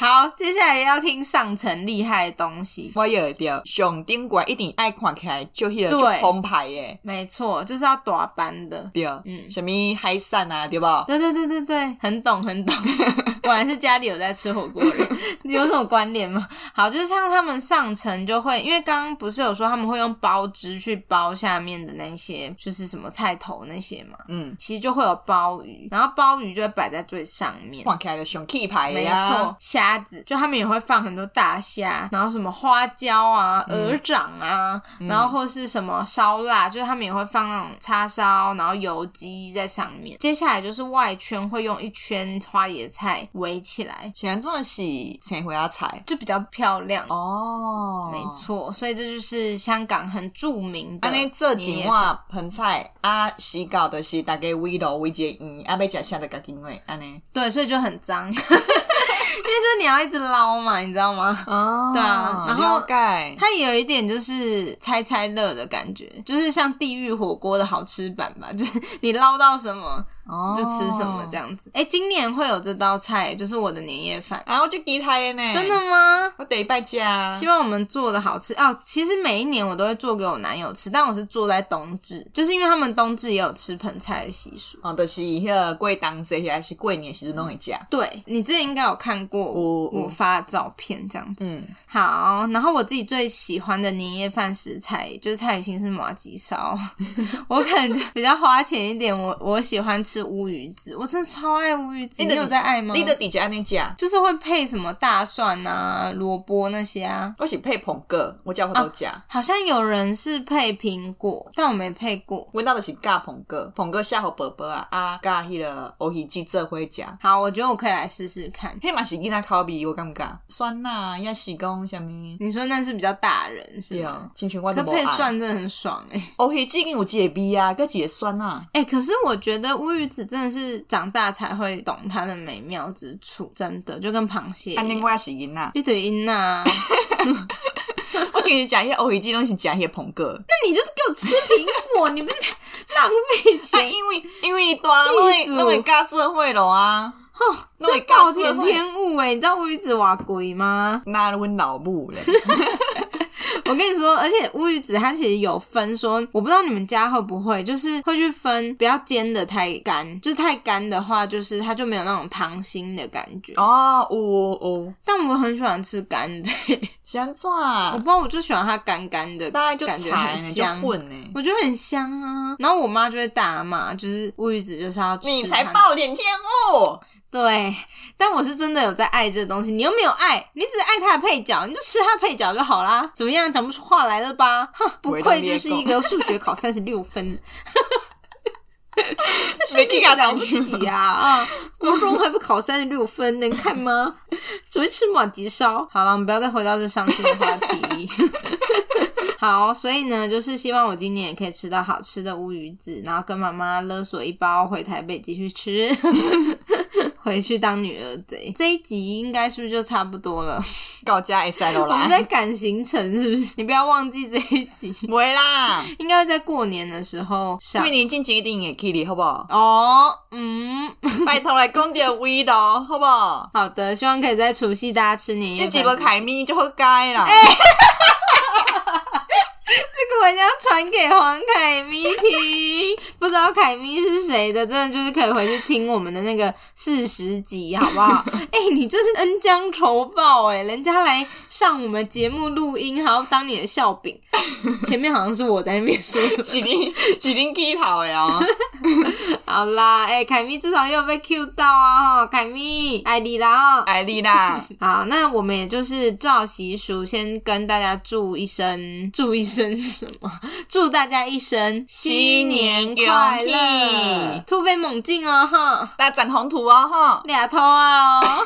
[SPEAKER 1] 好，接下来要听上层厉害的东西。
[SPEAKER 2] 我也会着上顶悬一定爱看起来就迄个就
[SPEAKER 1] 对
[SPEAKER 2] 澎湃诶，
[SPEAKER 1] 没错，就是要打班的。
[SPEAKER 2] 对，
[SPEAKER 1] 嗯
[SPEAKER 2] 什物海产啊，对无？
[SPEAKER 1] 对对对对对，很懂很懂， 果然是家里有在吃火锅的人， 有什么关联吗？好，就是像他们上层就会，因为刚刚不是有说他们会用包汁去包下面的那些，就是什么菜头那些嘛，
[SPEAKER 2] 嗯，
[SPEAKER 1] 其实就会有鲍鱼，然后鲍鱼就会摆在最上面。
[SPEAKER 2] 看起来就上气派
[SPEAKER 1] 没
[SPEAKER 2] 诶啊。
[SPEAKER 1] 错，，虾子就他们也会放很多大虾，然后什么花椒啊、鹅掌啊，然后或是什么烧腊，就是他们也会放那种叉烧，然后油鸡在上面。接下来就是外圈会用一圈花椰菜围起来，
[SPEAKER 2] 现在是青花菜
[SPEAKER 1] 就比较漂亮。
[SPEAKER 2] 哦，
[SPEAKER 1] 没。错，所以这就是香港很著名的
[SPEAKER 2] 安
[SPEAKER 1] 年夜饭。
[SPEAKER 2] 尼做啊一碗盆菜啊，洗到就是大家围炉围一个圆，啊，要食啥就家己买安尼。
[SPEAKER 1] 对，所以就很脏，因为 就是你要一直捞嘛，你知道吗？
[SPEAKER 2] 哦
[SPEAKER 1] 对啊然后
[SPEAKER 2] 盖
[SPEAKER 1] 它也有一点就是猜猜乐的感觉，就是像地狱火锅的好吃版吧， 就是你捞到什么就吃什么这。样子。哎、今年会有这道菜，就是我的年夜饭，
[SPEAKER 2] 啊，我就期待的呢，
[SPEAKER 1] 真的，吗？
[SPEAKER 2] 我第一摆食啊。
[SPEAKER 1] 希望我们做的好吃哦。其实每一年我都会做给我男友吃，但我是做在冬至，就是因为他们冬至也有吃盆菜的习俗。
[SPEAKER 2] 哦，就是迄个过冬节还是过年的时阵拢会食。
[SPEAKER 1] 对你之前应该有看过我
[SPEAKER 2] 我我
[SPEAKER 1] 我发的照片这样子。
[SPEAKER 2] 嗯，
[SPEAKER 1] 好，然后我自己最喜欢的年夜饭食材就是蔡雨欣是麻吉烧， 我可能就比较花钱一点，我我喜欢吃乌鱼子，我真的超爱乌鱼子，
[SPEAKER 2] 你
[SPEAKER 1] 你
[SPEAKER 2] 的
[SPEAKER 1] 有在爱吗？
[SPEAKER 2] 你著直接安尼啊食，
[SPEAKER 1] 就是会配什么大蒜啊、萝卜那些啊，
[SPEAKER 2] 我是配捧粿，我叫我都食。
[SPEAKER 1] 好像有人是配苹果，但我没配过。
[SPEAKER 2] 阮兜就是加捧粿，捧粿下互宝宝啊，啊加迄个乌鱼子做伙食。
[SPEAKER 1] 好，我觉得我可以来试试看。
[SPEAKER 2] 迄嘛是囡仔口味，我感觉酸辣抑是讲啥物？
[SPEAKER 1] 你说那是比较大人是
[SPEAKER 2] 对哦
[SPEAKER 1] 吗？，
[SPEAKER 2] 亲像我
[SPEAKER 1] 嗯可
[SPEAKER 2] 都无
[SPEAKER 1] 配
[SPEAKER 2] 爱。
[SPEAKER 1] 蒜真的很爽哎、
[SPEAKER 2] 乌鱼子已经有一个味啊，佮一个酸啊。
[SPEAKER 1] 哎、可是我觉得乌鱼子真的是长大才会懂它的美妙之处，真的就跟螃蟹一
[SPEAKER 2] 安尼
[SPEAKER 1] 样。
[SPEAKER 2] 我也是囡仔，
[SPEAKER 1] 你嘴音 呐，那
[SPEAKER 2] 我其实食迄乌鱼子拢是食迄个捧粿。
[SPEAKER 1] 你就是给我吃苹果，你不是浪费
[SPEAKER 2] 啊，
[SPEAKER 1] 钱？
[SPEAKER 2] 因为因为大人拢
[SPEAKER 1] 气
[SPEAKER 2] 会
[SPEAKER 1] 死我
[SPEAKER 2] 拢会加社会咯啊，
[SPEAKER 1] 哦，
[SPEAKER 2] 那
[SPEAKER 1] 这
[SPEAKER 2] 你
[SPEAKER 1] 暴
[SPEAKER 2] 告知
[SPEAKER 1] 殄天物哎！你知道乌鱼子瓦鬼吗？
[SPEAKER 2] 那阮老母 咧，
[SPEAKER 1] 我跟你说，而且乌鱼子它其实有分说，我不知道你们家会不会，就是会去分，不要煎的太干，就是太干的话，就是它就没有那种糖心的感觉。
[SPEAKER 2] 哦，有有有，
[SPEAKER 1] 但我很喜欢吃干的、欸
[SPEAKER 2] 是安怎？啊
[SPEAKER 1] 我不知道，我就喜欢它干干的，
[SPEAKER 2] 大概就
[SPEAKER 1] 感觉
[SPEAKER 2] 柴
[SPEAKER 1] 很
[SPEAKER 2] 呢，就
[SPEAKER 1] 香。
[SPEAKER 2] 混呢。
[SPEAKER 1] 我觉得很香啊，然后我妈就会大骂，就是乌鱼子就是要吃
[SPEAKER 2] 你才
[SPEAKER 1] 它
[SPEAKER 2] 暴殄天物！
[SPEAKER 1] 对，但我是真的有在爱这东西，你又没有爱，你只爱它的配角，你就吃它的配角就好啦。怎么样，讲不出话来了吧？哼，不
[SPEAKER 2] 我
[SPEAKER 1] 愧
[SPEAKER 2] 也
[SPEAKER 1] 就是一个数学考三十六分，
[SPEAKER 2] 没听下
[SPEAKER 1] 了
[SPEAKER 2] 讲
[SPEAKER 1] 不
[SPEAKER 2] 去，
[SPEAKER 1] 起啊 啊！国中还不考三十六分，能看 吗？只会吃马吉烧。好了，我们不要再回到这伤心的话 题。好，所以呢，就是希望我今年也可以吃到好吃的乌鱼子，然后跟妈妈勒索一包回台北继续 吃，回去当女儿贼。这一集应该是不是就差不多了？
[SPEAKER 2] 到家会塞落
[SPEAKER 1] 我们在
[SPEAKER 2] 来，
[SPEAKER 1] 赶行程是不是？你不要忘记这一集，
[SPEAKER 2] 袂啦。
[SPEAKER 1] 应该会在过年的时候上？
[SPEAKER 2] 过。年进前一定会去哩，好不好
[SPEAKER 1] 哦，嗯，
[SPEAKER 2] 拜托来讲点味道，好不 好？
[SPEAKER 1] 好的，希望可以在除夕大家吃年夜
[SPEAKER 2] 这
[SPEAKER 1] 饭。
[SPEAKER 2] 几波凯咪就会改 啦。
[SPEAKER 1] 这个我一定要传给黄凯咪听。不知道凯咪是谁的，真的就是可以回去听我们的那个四十集，好 不好？哎、你这是恩将仇报哎、人家来上我们节目录音，还要当你的笑柄。前面好像是我在那边说的，
[SPEAKER 2] 是恁是恁乞讨的哦。
[SPEAKER 1] 好啦，哎、凯咪至少又被 Q 到啊、哦，凯咪爱你啦哦。
[SPEAKER 2] 爱哎你啦，
[SPEAKER 1] 好，那我们也就是照习俗，先跟大家祝一声，祝一声什么？ 祝大家一声
[SPEAKER 2] 新年
[SPEAKER 1] 快
[SPEAKER 2] 恭喜
[SPEAKER 1] 乐，突飞猛进哦，哈，
[SPEAKER 2] 大家展宏图哦吼。
[SPEAKER 1] 俩头啊哦。